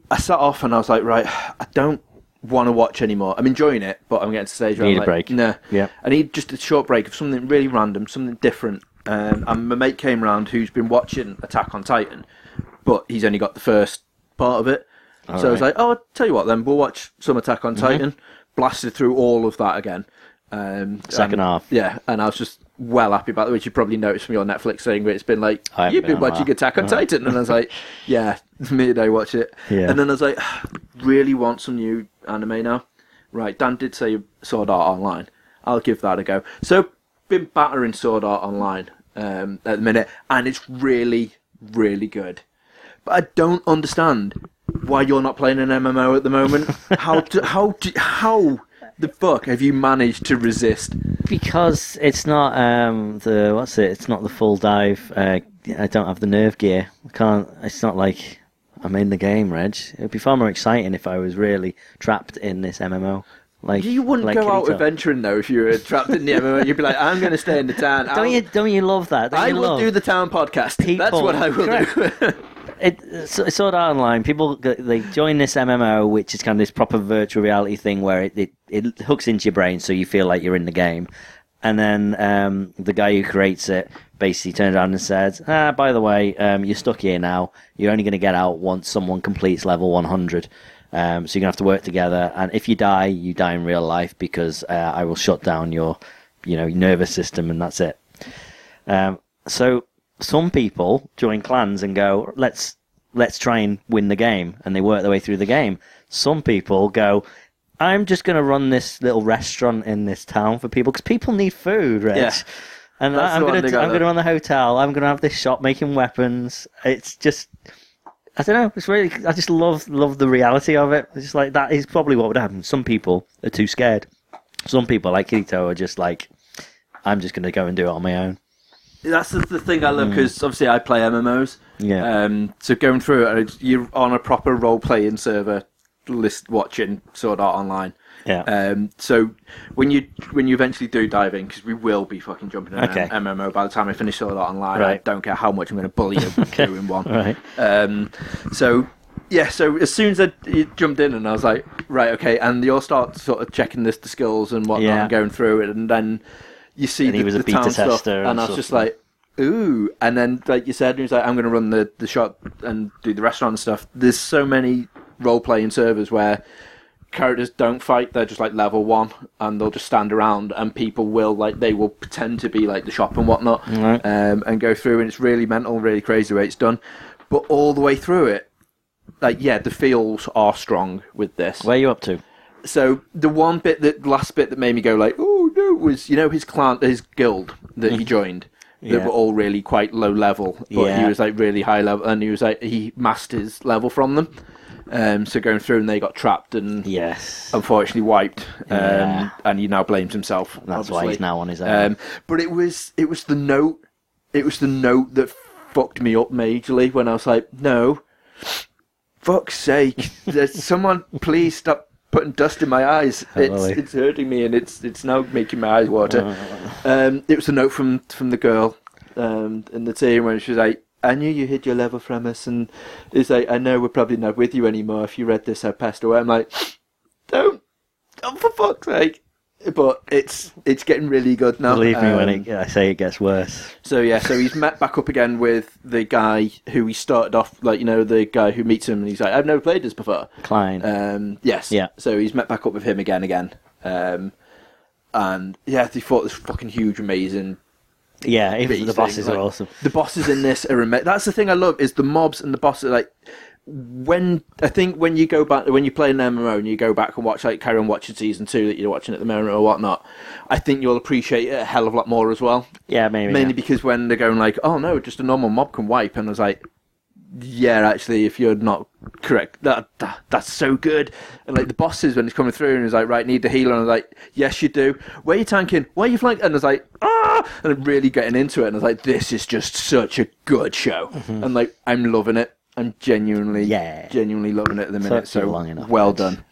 Speaker 1: I sat off and I was like, right, I don't want to watch anymore. I'm enjoying it, but I'm getting to the stage where
Speaker 3: Need
Speaker 1: I'm
Speaker 3: a
Speaker 1: like,
Speaker 3: break.
Speaker 1: Nah.
Speaker 3: Yeah.
Speaker 1: I need just a short break of something really random, something different. Um, and my mate came round who's been watching Attack on Titan, but he's only got the first part of it. so I was
Speaker 3: right. Mm-hmm.
Speaker 1: like, oh, I'll tell you what, then we'll watch some Attack on Titan. Blasted through all of that again. Um,
Speaker 3: Second
Speaker 1: and-
Speaker 3: half.
Speaker 1: Yeah, and I was just well happy about it, which you probably noticed from your Netflix thing, where it's been like,
Speaker 3: I haven't
Speaker 1: you've been
Speaker 3: been on
Speaker 1: watching
Speaker 3: that.
Speaker 1: Attack on Titan. And I was like, yeah, me and I watch it.
Speaker 3: Yeah.
Speaker 1: And then I was like, really want some new anime now. Right, Dan did say Sword Art Online. I'll give that a go. So, been battering Sword Art Online um, at the minute, and it's really, really good. But I don't understand why you're not playing an MMO at the moment. how do, how do, how the fuck have you managed to resist?
Speaker 3: Because it's not um the what's it? It's not the full dive. Uh, I don't have the nerve gear. I can't. It's not like I'm in the game, Reg. It'd be far more exciting if I was really trapped in this MMO. Like
Speaker 1: You wouldn't
Speaker 3: like
Speaker 1: go out
Speaker 3: Kirito.
Speaker 1: adventuring though if you were trapped in the MMO. You'd be like, I'm going to stay in the town. I'll-
Speaker 3: Don't you? Don't you love that? Don't
Speaker 1: I
Speaker 3: you
Speaker 1: will
Speaker 3: love-
Speaker 1: do the town podcast. That's
Speaker 3: People-
Speaker 1: what I will do.
Speaker 3: It, it's it's sort of online. People go- they join this MMO, which is kind of this proper virtual reality thing where it, it, it hooks into your brain, so you feel like you're in the game. And then um, the guy who creates it basically turns around and says, "Ah, by the way, um, you're stuck here now. You're only going to get out once someone completes level 100." Um, so you're gonna have to work together, and if you die, you die in real life because uh, I will shut down your, you know, nervous system, and that's it. Um, so some people join clans and go, let's let's try and win the game, and they work their way through the game. Some people go, I'm just going to run this little restaurant in this town for people because people need food, right?
Speaker 1: Yeah.
Speaker 3: And
Speaker 1: That's
Speaker 3: I- I'm
Speaker 1: the one
Speaker 3: going
Speaker 1: they
Speaker 3: to
Speaker 1: got
Speaker 3: I'm going to
Speaker 1: there.
Speaker 3: run the hotel. I'm going to have this shop making weapons. It's just. I don't know. It's really. I just love love the reality of it. It's just like that is probably what would happen. Some people are too scared. Some people, like Kirito, are just like, I'm just going to go and do it on my own.
Speaker 1: That's the, the thing I love because obviously I play MMOs.
Speaker 3: Mm. Yeah.
Speaker 1: Um, so going through it, it's- you're on a proper role playing server, list watching Sword Art Online.
Speaker 3: Yeah.
Speaker 1: Um, so when you when you eventually do dive in, because we will be fucking jumping in an
Speaker 3: Okay.
Speaker 1: MMO by the time I finish Sword Art Online. I
Speaker 3: Right.
Speaker 1: don't care how much I'm going to bully you doing one.
Speaker 3: Right.
Speaker 1: Um, so yeah, so as soon as I d- jumped in and I was like, right, okay, and you all start sort of checking this the skills and whatnot
Speaker 3: Yeah.
Speaker 1: and going through it, and then you see
Speaker 3: And
Speaker 1: the,
Speaker 3: he was a
Speaker 1: the
Speaker 3: beta
Speaker 1: town stuff,
Speaker 3: tester
Speaker 1: and,
Speaker 3: and
Speaker 1: I was just
Speaker 3: stuff.
Speaker 1: like, ooh, and then like you said, he was like, I'm going to run the the shop and do the restaurant and stuff. There's so many role playing servers where characters don't fight; they're just like level one, and they'll just stand around, and people will like they will pretend to be like the shop and whatnot,
Speaker 3: Right.
Speaker 1: um, and go through. And it's really mental, really crazy the way it's done. But all the way through it, like yeah, the feels are strong with this.
Speaker 3: Where are you up to?
Speaker 1: So the one bit that the last bit that made me go like, oh no, was you know his clan, his guild that he joined. They
Speaker 3: Mm-hmm. Yeah.
Speaker 1: were all really quite low level, but he
Speaker 3: Yeah.
Speaker 1: was like really high level, and he was like he masked his level from them. Um, so going through and they got trapped and
Speaker 3: Yes.
Speaker 1: unfortunately wiped, um,
Speaker 3: Yeah.
Speaker 1: and he now blames himself.
Speaker 3: That's why he's
Speaker 1: obviously.
Speaker 3: now on his own.
Speaker 1: Um, but it was it was the note, it was the note that fucked me up majorly when I was like, no, fuck's sake, there's someone please stop putting dust in my eyes. It's
Speaker 3: Really?
Speaker 1: it's hurting me and it's it's now making my eyes water.
Speaker 3: Uh.
Speaker 1: Um, it was a note from from the girl um, in the team when she was like. I knew you hid your level from us, and it's like I know we're probably not with you anymore. If you read this, I passed away. I'm like, don't, oh, for fuck's sake! But it's it's getting really good now.
Speaker 3: Believe me when
Speaker 1: Um,
Speaker 3: it, I say it gets worse.
Speaker 1: so yeah, so he's met back up again with the guy who he started off like you know the guy who meets him and he's like I've never played this before.
Speaker 3: Klein.
Speaker 1: Um, yes.
Speaker 3: Yeah.
Speaker 1: So he's met back up with him again again. Um, and yeah, they fought this fucking huge, amazing.
Speaker 3: yeah, if
Speaker 1: beast
Speaker 3: the bosses
Speaker 1: thing,
Speaker 3: are
Speaker 1: like-
Speaker 3: awesome.
Speaker 1: The bosses in this are ama- that's the thing I love is the mobs and the bosses like when I think when you go back when you play an MMO and you go back and watch like carry on watching season two that you're watching at the moment or whatnot, I think you'll appreciate it a hell of a lot more as well
Speaker 3: Yeah, maybe.
Speaker 1: mainly
Speaker 3: yeah.
Speaker 1: because when they're going like, "Oh no, just a normal mob can wipe," and I was like, "Yeah, actually, if you're not correct, that, that that's so good." And like the bosses when he's coming through and he's like, "Right, need a healer," and I was like, "Yes, you do." Where are you tanking? Where are you flanking? And I was like, "Ah!" And I'm really getting into it, and I was like, "This is just such a good show," and like I'm loving it. I'm genuinely,
Speaker 3: Mm-hmm. Yeah.
Speaker 1: genuinely loving it at the minute.
Speaker 3: That's
Speaker 1: So
Speaker 3: long enough,
Speaker 1: well
Speaker 3: that's-
Speaker 1: done,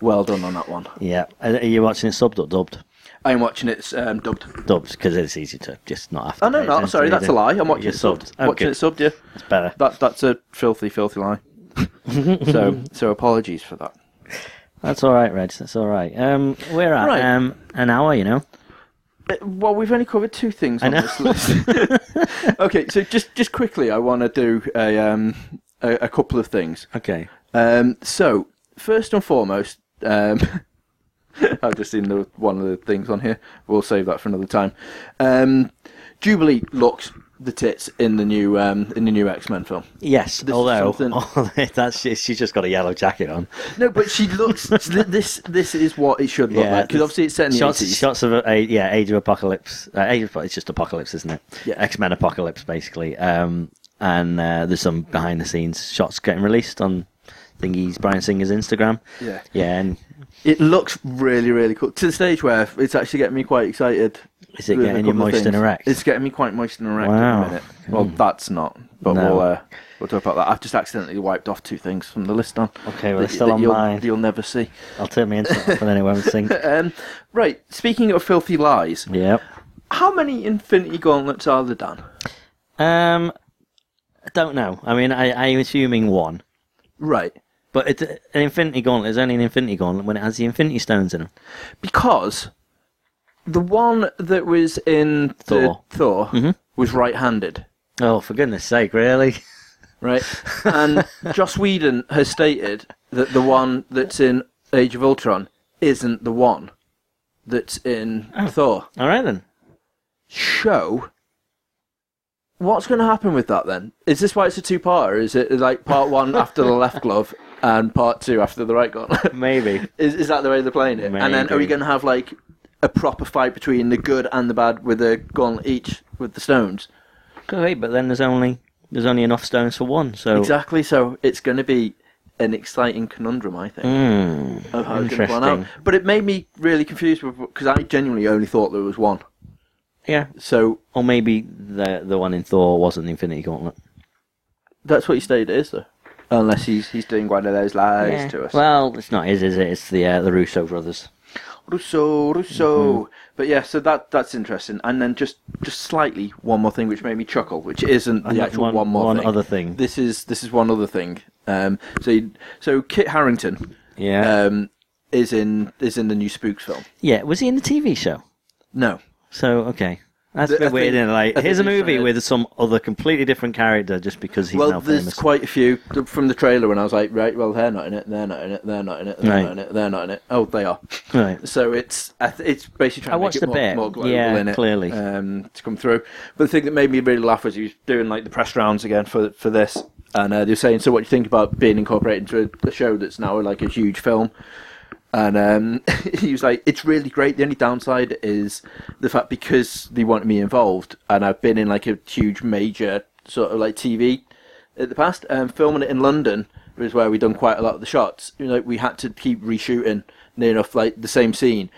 Speaker 1: well done on that one.
Speaker 3: Yeah. Are are you watching it subbed or dubbed?
Speaker 1: I'm watching it um, dubbed.
Speaker 3: Dubbed, because it's easy to just not have to.
Speaker 1: Oh no,
Speaker 3: pay
Speaker 1: no,
Speaker 3: attention
Speaker 1: sorry,
Speaker 3: to
Speaker 1: that's
Speaker 3: the-
Speaker 1: a lie. I'm watching
Speaker 3: You're
Speaker 1: it subbed.
Speaker 3: Oh,
Speaker 1: Watching
Speaker 3: good.
Speaker 1: it subbed, yeah.
Speaker 3: It's better.
Speaker 1: That that's a filthy, filthy lie. so so apologies for that.
Speaker 3: That's all right, Reg. That's all right. Um, we're at
Speaker 1: Right.
Speaker 3: um, an hour, you know.
Speaker 1: Uh, Well, we've only covered two things on
Speaker 3: know.
Speaker 1: this list. okay, so just just quickly, I want to do a um a, a couple of things.
Speaker 3: Okay.
Speaker 1: Um, so first and foremost, um, I've just seen the one of the things on here. We'll save that for another time. Um, Jubilee looks the tits in the new um in the new X Men film.
Speaker 3: Yes,
Speaker 1: is
Speaker 3: although
Speaker 1: something-
Speaker 3: that's she's she's just got a yellow jacket on.
Speaker 1: No, but she looks. th- this this is what it should look like because
Speaker 3: that's-
Speaker 1: obviously it's set in the
Speaker 3: shots,
Speaker 1: 80s.
Speaker 3: shots of a, yeah, Age of Apocalypse. Uh, Age of, it's just Apocalypse, isn't it?
Speaker 1: Yeah.
Speaker 3: X Men Apocalypse, basically. Um, and uh, there's some behind the scenes shots getting released on thingies Brian Singer's Instagram.
Speaker 1: Yeah.
Speaker 3: yeah, and
Speaker 1: It looks really really cool to the stage where it's actually getting me quite excited.
Speaker 3: Is it
Speaker 1: with a
Speaker 3: getting you
Speaker 1: couple of
Speaker 3: moist and
Speaker 1: things.
Speaker 3: erect?
Speaker 1: It's getting me quite moist and erect at
Speaker 3: Wow. Hmm.
Speaker 1: the minute. Well, that's not. But
Speaker 3: No.
Speaker 1: we'll uh, we'll talk about that. I've just accidentally wiped off two things from the list on.
Speaker 3: Okay, well,
Speaker 1: that-
Speaker 3: it's still
Speaker 1: that
Speaker 3: on
Speaker 1: you'll,
Speaker 3: mine.
Speaker 1: You'll never see.
Speaker 3: I'll turn my internet off and then it won't sync.
Speaker 1: Um, right. Speaking of filthy lies,
Speaker 3: Yep.
Speaker 1: how many Infinity Gauntlets are there, Dan?
Speaker 3: Um, I don't know. I mean, I, I'm assuming one.
Speaker 1: Right.
Speaker 3: But it's an Infinity Gauntlet is only an Infinity Gauntlet when it has the Infinity Stones in them.
Speaker 1: because the one that was in
Speaker 3: Thor. Mm-hmm.
Speaker 1: the Thor was right-handed,
Speaker 3: Oh, for goodness sake, really?
Speaker 1: right? and Joss Whedon has stated that the one that's in Age of Ultron isn't the one that's in Thor.
Speaker 3: All right, then.
Speaker 1: Show. What's going to happen with that then? Is this why it's a two-parter? Is it like part one after the left glove and part two after the right glove?
Speaker 3: Maybe.
Speaker 1: Is, is that the way they're playing it? And then are we
Speaker 3: Maybe.
Speaker 1: going to have like a proper fight between the good and the bad with a gauntlet each with the stones?
Speaker 3: Okay, but then there's only there's only enough stones for one. So
Speaker 1: Exactly. So it's going to be an exciting conundrum, I think,
Speaker 3: Hmm.
Speaker 1: of how it's going to plan out.
Speaker 3: interesting.
Speaker 1: But it made me really confused because I genuinely only thought there was one.
Speaker 3: yeah,
Speaker 1: So
Speaker 3: or maybe the the one in Thor wasn't the Infinity Gauntlet.
Speaker 1: that's what he stated it is, though. Unless he's he's doing one of those lies
Speaker 3: Yeah.
Speaker 1: to us.
Speaker 3: Well, it's not his, is it? It's the uh, the Russo brothers.
Speaker 1: Russo, Russo.
Speaker 3: Mm-hmm.
Speaker 1: But yeah, so that that's interesting. And then just just slightly one more thing which made me chuckle, which isn't the
Speaker 3: And
Speaker 1: actual one,
Speaker 3: one-
Speaker 1: more
Speaker 3: one
Speaker 1: thing.
Speaker 3: other thing.
Speaker 1: This is this is one other thing. Um, so you- so Kit Harrington
Speaker 3: Yeah.
Speaker 1: um, is in is in the new Spooks film.
Speaker 3: yeah. Was he in the TV show?
Speaker 1: No,
Speaker 3: So okay. That's a
Speaker 1: Th-
Speaker 3: bit
Speaker 1: I
Speaker 3: weird,
Speaker 1: think-
Speaker 3: isn't it? Like,
Speaker 1: I think
Speaker 3: here's a
Speaker 1: they
Speaker 3: movie
Speaker 1: tried.
Speaker 3: with some other completely different character just because he's now
Speaker 1: Well, there's
Speaker 3: famous.
Speaker 1: quite a few th- from the trailer, and I was like, right, well, they're not in it, they're not in it, they're not in it, they're
Speaker 3: Right.
Speaker 1: not in it, they're not in it. Oh, they are.
Speaker 3: Right.
Speaker 1: So it's I th- it's basically trying
Speaker 3: I
Speaker 1: to make
Speaker 3: watched
Speaker 1: it
Speaker 3: a
Speaker 1: more,
Speaker 3: bit.
Speaker 1: more global
Speaker 3: Yeah,
Speaker 1: in it,
Speaker 3: clearly.
Speaker 1: um, to come through. But the thing that made me really laugh was he was doing like the press rounds again for for this, and uh, they were saying, so what do you think about being incorporated into a, a show that's now like a huge film? And um, he was like, "It's really great. The only downside is the fact because they wanted me involved, and I've been in like a huge major sort of like TV at the past. Um, filming it in London is where we done quite a lot of the shots. You know, we had to keep reshooting near enough like the same scene.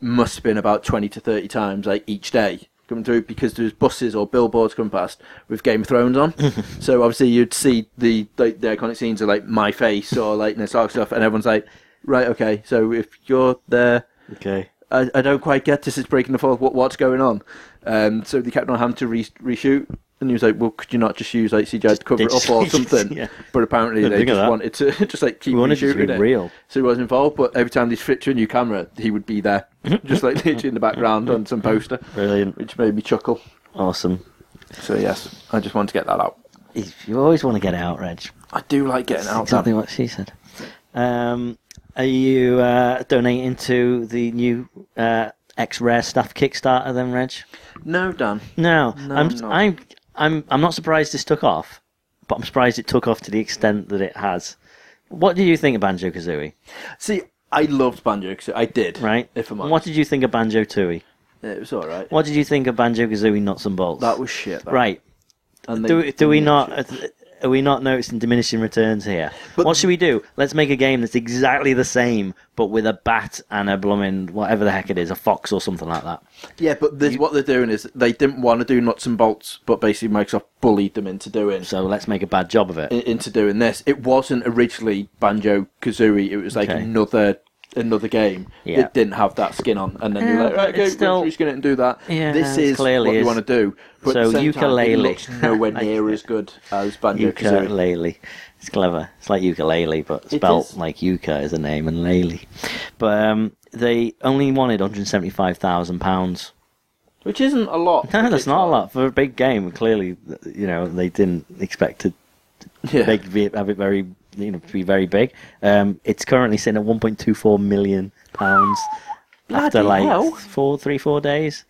Speaker 1: Must have been about twenty to thirty times like each day coming through because there's buses or billboards coming past with Game of Thrones on. so obviously you'd see the like, the iconic scenes of like my face or like this sort of stuff, and everyone's like, right, okay, so if you're there.
Speaker 3: Okay.
Speaker 1: I, I don't quite get this. It's breaking the fourth. What what's going on? Um, so they kept on having to re- reshoot, and he was like, "Well, could you not just use like CGI to cover
Speaker 3: they
Speaker 1: it
Speaker 3: just-
Speaker 1: up or something?"
Speaker 3: Yeah.
Speaker 1: But apparently
Speaker 3: Didn't
Speaker 1: they
Speaker 3: think of
Speaker 1: just
Speaker 3: that.
Speaker 1: wanted to just like keep
Speaker 3: We wanted it to
Speaker 1: reshooting
Speaker 3: be real.
Speaker 1: So he wasn't involved. But every time they switched to a new camera, he would be there, just like literally in the background on some poster,
Speaker 3: Brilliant.
Speaker 1: which made me chuckle.
Speaker 3: Awesome.
Speaker 1: So yes, I just wanted to get that out.
Speaker 3: You always want to get it out, Reg.
Speaker 1: I do like getting out.
Speaker 3: Exactly
Speaker 1: Dan.
Speaker 3: what she said. Um, are you uh, donating to the new uh, X Rare Staff Kickstarter then, Reg?
Speaker 1: No, Dan.
Speaker 3: No,
Speaker 1: No, I'm
Speaker 3: I'm,
Speaker 1: not.
Speaker 3: I'm, I'm, I'm not surprised this took off, but I'm surprised it took off to the extent that it has. What did you think of Banjo Kazooie?
Speaker 1: See, I loved Banjo Kazooie. I did.
Speaker 3: Right?
Speaker 1: If I'm
Speaker 3: And
Speaker 1: honest,
Speaker 3: what did you think of Banjo Tooie?
Speaker 1: it was all right.
Speaker 3: What did you think of Banjo Kazooie Nuts and Bolts?
Speaker 1: That was shit. that.
Speaker 3: right.
Speaker 1: And they
Speaker 3: Do, do we
Speaker 1: didn't
Speaker 3: not?
Speaker 1: shit.
Speaker 3: Are we not noticing diminishing returns here?
Speaker 1: But-
Speaker 3: what should we do? Let's make a game that's exactly the same, but with a bat and a blooming whatever the heck it is, a fox or something like that.
Speaker 1: Yeah, but this, what they're doing is they didn't want to do nuts and bolts, but basically Microsoft bullied them into doing
Speaker 3: So let's make a bad job of
Speaker 1: i-
Speaker 3: it.
Speaker 1: into doing this. It wasn't originally Banjo Kazooie; it was like
Speaker 3: Okay.
Speaker 1: another another game
Speaker 3: Yeah.
Speaker 1: that didn't have that skin on, and then
Speaker 3: Yeah,
Speaker 1: they're like,
Speaker 3: but
Speaker 1: right, "Okay,
Speaker 3: it's still-
Speaker 1: we're just going to do that."
Speaker 3: Yeah,
Speaker 1: this
Speaker 3: it
Speaker 1: is
Speaker 3: clearly
Speaker 1: what
Speaker 3: is.
Speaker 1: you want to do. But
Speaker 3: So
Speaker 1: at the same time,
Speaker 3: ukulele.
Speaker 1: it looks nowhere
Speaker 3: Like-
Speaker 1: near as good as Banjo
Speaker 3: Yuka
Speaker 1: Kazooie.
Speaker 3: Lely. It's clever. It's like ukulele, but spelt
Speaker 1: is.
Speaker 3: like Yuka is the name and Lely. But um, they only wanted 175,000 pounds.
Speaker 1: Which isn't a lot.
Speaker 3: No,
Speaker 1: for
Speaker 3: that's not a
Speaker 1: Kickstarter.
Speaker 3: lot for a big game. Clearly, you know, they didn't expect to
Speaker 1: Yeah.
Speaker 3: make it have it very you know be very big. Um, it's currently sitting at 1.24 million pounds after
Speaker 1: Bloody
Speaker 3: like
Speaker 1: hell.
Speaker 3: four, three, four days.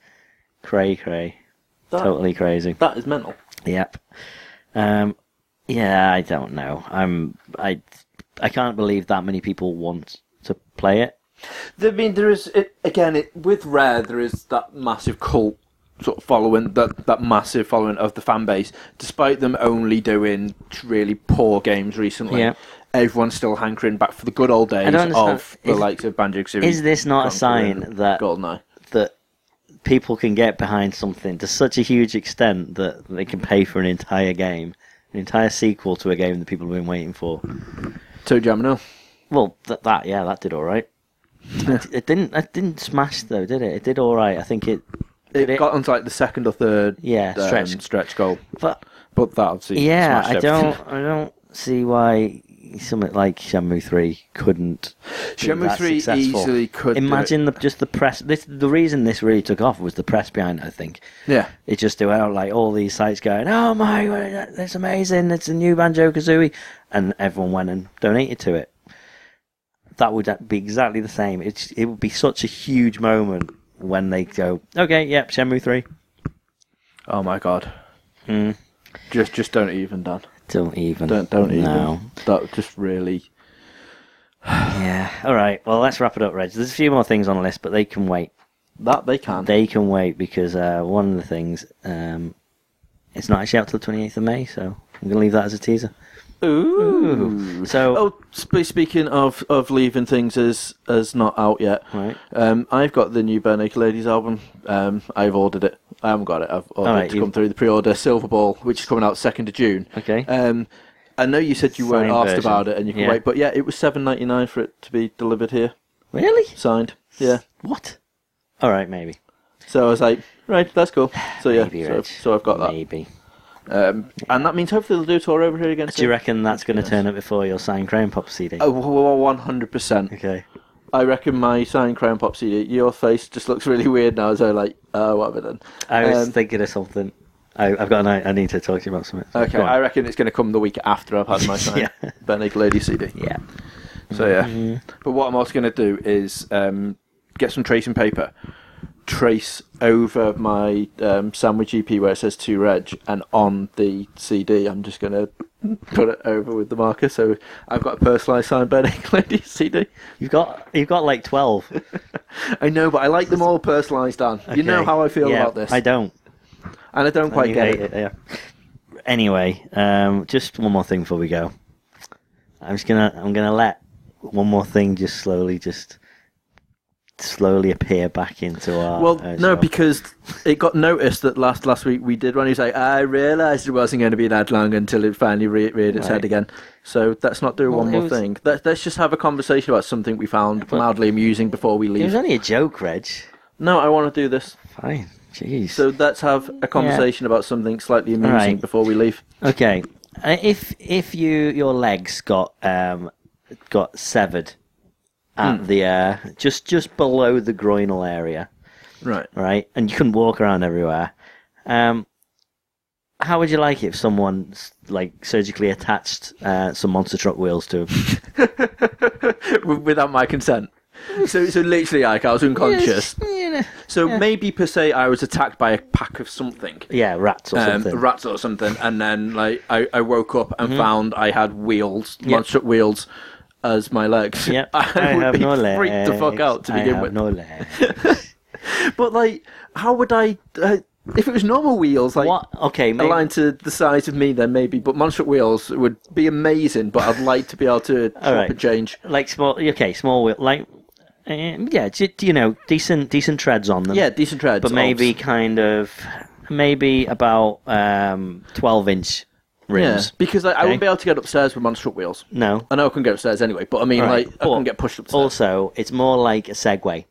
Speaker 3: Cray, cray,
Speaker 1: That-
Speaker 3: totally crazy.
Speaker 1: That is mental.
Speaker 3: Yep. Um, yeah, I don't know. I'm I I can't believe that many people want to play it.
Speaker 1: I mean, there is it, again it, with Rare. There is that massive cult sort of following, that that massive following of the fan base. Despite them only doing really poor games recently,
Speaker 3: Yeah.
Speaker 1: everyone's still hankering back for the good old days
Speaker 3: don't understand.
Speaker 1: of the
Speaker 3: Is-
Speaker 1: likes of Banjo Kazooie.
Speaker 3: is this not a sign that-
Speaker 1: Goldeneye?
Speaker 3: That people can get behind something to such a huge extent that they can pay for an entire game, an entire sequel to a game that people have been waiting for.
Speaker 1: Toe Jam and Earl.
Speaker 3: Well, th- that yeah, that did all right. it, it didn't. It didn't smash though, did it? It did all right. I think it.
Speaker 1: It,
Speaker 3: it-
Speaker 1: got onto like the second or third
Speaker 3: Yeah,
Speaker 1: um,
Speaker 3: stretch.
Speaker 1: stretch goal,
Speaker 3: But
Speaker 1: but that obviously
Speaker 3: yeah,
Speaker 1: smashed
Speaker 3: I
Speaker 1: everything.
Speaker 3: don't. I don't see why something like Shenmue Three couldn't. be
Speaker 1: Shenmue
Speaker 3: that
Speaker 1: Three
Speaker 3: successful.
Speaker 1: easily could do it.
Speaker 3: Imagine the, just the press. This the reason this really took off was the press behind. it, I think
Speaker 1: Yeah,
Speaker 3: it just threw out like all these sites going, "Oh my, word, that- that's amazing! It's a new Banjo Kazooie," and everyone went and donated to it. That would uh, be exactly the same. It's it would be such a huge moment when they go, "Okay, yep, Shenmue three.
Speaker 1: Oh my god.
Speaker 3: Hmm.
Speaker 1: Just just don't even, Dan.
Speaker 3: Don't even.
Speaker 1: Don't don't even.
Speaker 3: No.
Speaker 1: That just really.
Speaker 3: Yeah. All right. Well, let's wrap it up, Reg. There's a few more things on the list, but they can wait.
Speaker 1: That they can.
Speaker 3: They can wait because uh, one of the things, um, it's not actually out till the 28th of May, so I'm gonna leave that as a teaser. Ooh. So.
Speaker 1: Oh, sp- speaking of, of leaving things as as not out yet,
Speaker 3: Right.
Speaker 1: Um, I've got the new Bare Naked Ladies album. Um, I've ordered it. I haven't got it. I've ordered
Speaker 3: Alright,
Speaker 1: it to
Speaker 3: you-
Speaker 1: come through the pre-order Silver Ball, which is coming out second of June.
Speaker 3: Okay.
Speaker 1: Um, I know you said you weren't
Speaker 3: Signed
Speaker 1: asked
Speaker 3: version.
Speaker 1: about it, and you can
Speaker 3: Yeah.
Speaker 1: wait, but yeah, it was seven ninety nine for it to be delivered here,
Speaker 3: Really?
Speaker 1: signed. Yeah.
Speaker 3: What? All right, maybe.
Speaker 1: So I was like, right, that's cool. So yeah,
Speaker 3: maybe,
Speaker 1: so,
Speaker 3: Reg.
Speaker 1: so I've got that.
Speaker 3: Maybe.
Speaker 1: Um, and that means hopefully they'll do a tour over here again.
Speaker 3: Do you
Speaker 1: soon.
Speaker 3: reckon that's going to turn up before your signed Crown Pop CD?
Speaker 1: Oh, one hundred percent.
Speaker 3: Okay.
Speaker 1: I reckon my signed Crown Pop CD, your face just looks really weird now. So like, uh, whatever then.
Speaker 3: I was
Speaker 1: Um,
Speaker 3: thinking of something. I, I've got an. I I need to talk to you about something. So,
Speaker 1: okay,
Speaker 3: go on.
Speaker 1: I reckon it's going to come the week after I've had my signed
Speaker 3: Yeah.
Speaker 1: Ben Naked Lady CD.
Speaker 3: yeah. Mm-hmm.
Speaker 1: So yeah. But what I'm also going to do is um, get some tracing paper, trace over my um, sandwich EP where it says two reg, and on the CD I'm just going to put it over with the marker. So I've got a personalised signed Ben Naked Lady CD.
Speaker 3: You've got you've got like twelve.
Speaker 1: I know, but I like them all personalised, Dan. You know
Speaker 3: Okay.
Speaker 1: how I feel
Speaker 3: Yeah,
Speaker 1: about this,
Speaker 3: I don't.
Speaker 1: and I don't quite
Speaker 3: You
Speaker 1: get
Speaker 3: hate
Speaker 1: it.
Speaker 3: it, yeah. Anyway, um, just one more thing before we go. I'm just gonna I'm gonna let one more thing just slowly just slowly appear back into our.
Speaker 1: Well,
Speaker 3: uh,
Speaker 1: no,
Speaker 3: show.
Speaker 1: because it got noticed that last last week we did one. He was like, I realised it wasn't going to be that long until it finally re- reared its head
Speaker 3: Right.
Speaker 1: again. So let's not do
Speaker 3: Well,
Speaker 1: one
Speaker 3: it
Speaker 1: more
Speaker 3: was-
Speaker 1: thing. Let, let's just have a conversation about something we found mildly amusing before we
Speaker 3: it was
Speaker 1: leave.
Speaker 3: only a joke, Reg.
Speaker 1: No, I want to do this.
Speaker 3: Fine, jeez.
Speaker 1: So let's have a conversation about something slightly amusing
Speaker 3: Alright.
Speaker 1: before we leave.
Speaker 3: Okay, Uh, if if you your legs got um got severed
Speaker 1: Hmm.
Speaker 3: at the uh, just just below the groinal area,
Speaker 1: Right.
Speaker 3: right? And you couldn't walk around everywhere. Um, how would you like it if someone s- like surgically attached uh, some monster truck wheels to?
Speaker 1: W- Without my consent. So, so literally, like, I was unconscious. So maybe per se, I was attacked by a pack of something.
Speaker 3: yeah, rats or
Speaker 1: um,
Speaker 3: something. Mm-hmm.
Speaker 1: rats or something, and then like I, I woke up and found I had wheels, monster wheels, as my legs.
Speaker 3: Yep,
Speaker 1: I, would
Speaker 3: have
Speaker 1: be
Speaker 3: no
Speaker 1: freaked the fuck
Speaker 3: legs.
Speaker 1: out to
Speaker 3: I
Speaker 1: begin
Speaker 3: have
Speaker 1: with.
Speaker 3: No legs.
Speaker 1: But like, how would I? Uh, if it was normal wheels, like
Speaker 3: what? Okay, maybe,
Speaker 1: aligned to the size of me, then maybe. But monster wheels would be amazing. But I'd like to be able to swap
Speaker 3: right.
Speaker 1: and change.
Speaker 3: like small. Okay, small wheel. Like, um, yeah, j- you know, decent, decent treads on them.
Speaker 1: Yeah, decent treads.
Speaker 3: but maybe
Speaker 1: obs.
Speaker 3: kind of, maybe about um, twelve inch
Speaker 1: yeah,
Speaker 3: rims.
Speaker 1: because like, I wouldn't be
Speaker 3: Okay.
Speaker 1: able to get upstairs with monster wheels.
Speaker 3: No,
Speaker 1: I know I can go upstairs anyway, but I mean,
Speaker 3: Right,
Speaker 1: like, I
Speaker 3: but
Speaker 1: can get pushed upstairs.
Speaker 3: Also, it's more like a Segway.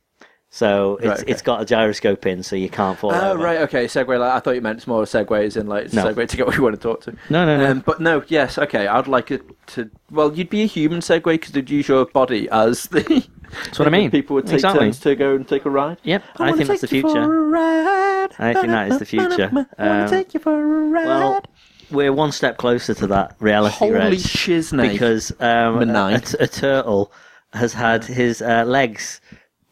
Speaker 3: So it's,
Speaker 1: Right, okay.
Speaker 3: it's got a gyroscope in, so you can't fall
Speaker 1: Oh
Speaker 3: over.
Speaker 1: right, okay. Segway. Like, I thought you meant it's more segues in like it's a
Speaker 3: No.
Speaker 1: segue to get what you want to talk to.
Speaker 3: No, no, no.
Speaker 1: Um, but no, yes, okay. I'd like it to. Well, you'd be a human segue because you'd use your body as the.
Speaker 3: That's what I mean.
Speaker 1: People would take
Speaker 3: Exactly.
Speaker 1: turns to go and take a ride.
Speaker 3: Yep, I,
Speaker 1: wanna
Speaker 3: think that's the
Speaker 1: take you for
Speaker 3: future.
Speaker 1: a ride.
Speaker 3: I think that is the future.
Speaker 1: I wanna
Speaker 3: Um,
Speaker 1: take you for a ride.
Speaker 3: Well, we're one step closer to that reality, Reg,
Speaker 1: Holy shiznay!
Speaker 3: because um, a, a
Speaker 1: Midnight.
Speaker 3: t- a turtle has had his uh, legs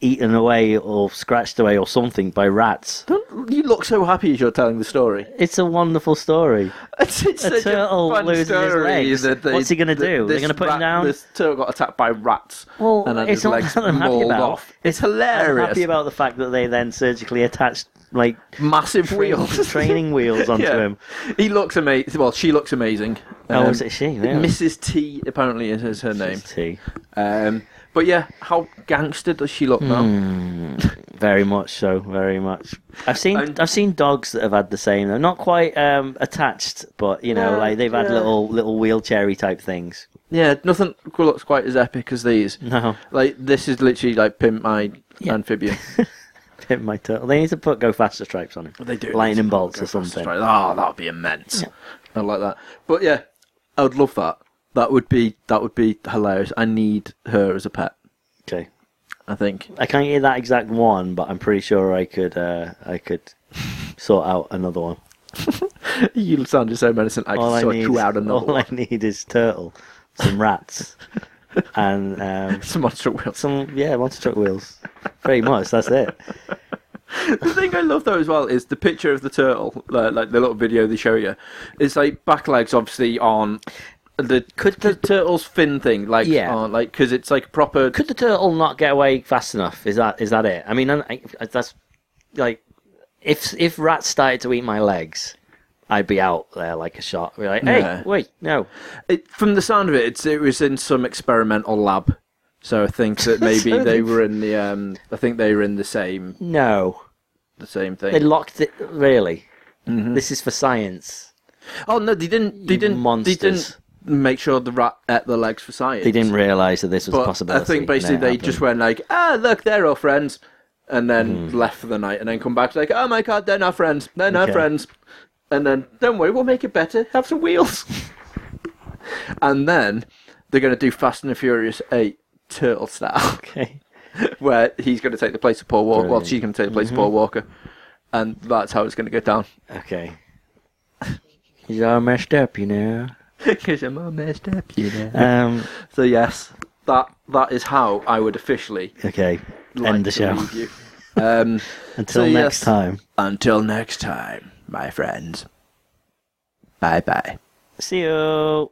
Speaker 3: eaten away or scratched away or something by rats.
Speaker 1: Don't you look so happy as you're telling the story?
Speaker 3: It's a wonderful story.
Speaker 1: It's, it's
Speaker 3: A
Speaker 1: such
Speaker 3: turtle
Speaker 1: fun
Speaker 3: loses his
Speaker 1: story
Speaker 3: legs.
Speaker 1: that they-
Speaker 3: What's he gonna
Speaker 1: that
Speaker 3: do? They're
Speaker 1: this
Speaker 3: gonna put him
Speaker 1: rat-
Speaker 3: down?
Speaker 1: This turtle got attacked by rats.
Speaker 3: Well,
Speaker 1: and then
Speaker 3: it's
Speaker 1: his
Speaker 3: not
Speaker 1: legs
Speaker 3: that I'm happy
Speaker 1: mauled
Speaker 3: about.
Speaker 1: off. It's hilarious.
Speaker 3: I'm happy about the fact that they then surgically attached like
Speaker 1: massive
Speaker 3: training-
Speaker 1: wheels,
Speaker 3: training wheels onto
Speaker 1: Yeah.
Speaker 3: him.
Speaker 1: He looks amazing. Well, she looks amazing.
Speaker 3: Oh,
Speaker 1: Um,
Speaker 3: is it she? Yeah.
Speaker 1: Mrs. T apparently is, is her name.
Speaker 3: Tea.
Speaker 1: Um, but yeah, how gangster does she look
Speaker 3: Hmm.
Speaker 1: now?
Speaker 3: Very much so, very much. I've seen
Speaker 1: And-
Speaker 3: I've seen dogs that have had the same. They're not quite um, attached, but you know,
Speaker 1: Yeah,
Speaker 3: like they've had
Speaker 1: yeah.
Speaker 3: little little wheelchairy type things.
Speaker 1: Yeah, nothing looks quite as epic as these.
Speaker 3: No,
Speaker 1: Like this is literally like pimp my
Speaker 3: Hmm. Yeah.
Speaker 1: amphibian.
Speaker 3: pin my turtle. They need to put go faster stripes on him.
Speaker 1: They do
Speaker 3: lightning bolts
Speaker 1: Go
Speaker 3: or
Speaker 1: fast,
Speaker 3: something.
Speaker 1: right. Oh, that would be immense. I like that. But yeah, I would love that. That would be that would be hilarious. I need her as a pet.
Speaker 3: Okay,
Speaker 1: I think.
Speaker 3: I can't get that exact one, but I'm pretty sure I could uh, I could sort out another one.
Speaker 1: You sounded so menacing. I
Speaker 3: all
Speaker 1: just
Speaker 3: I
Speaker 1: saw
Speaker 3: need,
Speaker 1: you out another
Speaker 3: all
Speaker 1: one.
Speaker 3: I need is turtle, some rats, and um,
Speaker 1: It's a monster wheel.
Speaker 3: some yeah monster truck wheels. Pretty much, that's it.
Speaker 1: the thing I love though as well is the picture of the turtle, like, like the little video they show you. It's like back legs obviously on the could the turtle's fin thing, like
Speaker 3: Yeah.
Speaker 1: on like because it's like proper.
Speaker 3: Could the turtle not get away fast enough? Is that is that it? I mean, I, I, that's like if if rats started to eat my legs, I'd be out there like a shot. Be like, hey,
Speaker 1: Yeah.
Speaker 3: wait, no,
Speaker 1: It, from the sound of it, it's, it was in some experimental lab. So I think that maybe
Speaker 3: So
Speaker 1: they
Speaker 3: they-
Speaker 1: were in the um, I think they were in the same
Speaker 3: no,
Speaker 1: the same
Speaker 3: they
Speaker 1: thing.
Speaker 3: locked it. Really, this is for science.
Speaker 1: Oh no, they didn't. They
Speaker 3: You
Speaker 1: didn't.
Speaker 3: monsters.
Speaker 1: They didn't make sure the rat ate the legs for science.
Speaker 3: They didn't realise that this was
Speaker 1: But
Speaker 3: possible.
Speaker 1: I think basically they just went like, ah, look, they're all friends, and then left for the night, and then come back like, oh my god, they're not friends, they're not
Speaker 3: Hmm. Okay.
Speaker 1: friends, and then don't worry, we'll make it better, have some wheels, and then they're gonna do Fast and the Furious Eight turtle style,
Speaker 3: Okay.
Speaker 1: where he's going to take the place of Paul Walker. Well,
Speaker 3: Brilliant. Mm-hmm.
Speaker 1: she's going to take the place of Paul Walker, and that's how it's going to go down.
Speaker 3: Okay. He's all messed up, you know.
Speaker 1: Because I'm all messed up, you know.
Speaker 3: Um,
Speaker 1: So yes, that that is how I would officially
Speaker 3: okay.
Speaker 1: like
Speaker 3: End the
Speaker 1: to
Speaker 3: show.
Speaker 1: leave you. Um,
Speaker 3: Until
Speaker 1: So,
Speaker 3: next
Speaker 1: yes.
Speaker 3: time.
Speaker 1: until next time, my friends. Bye bye.
Speaker 3: See you.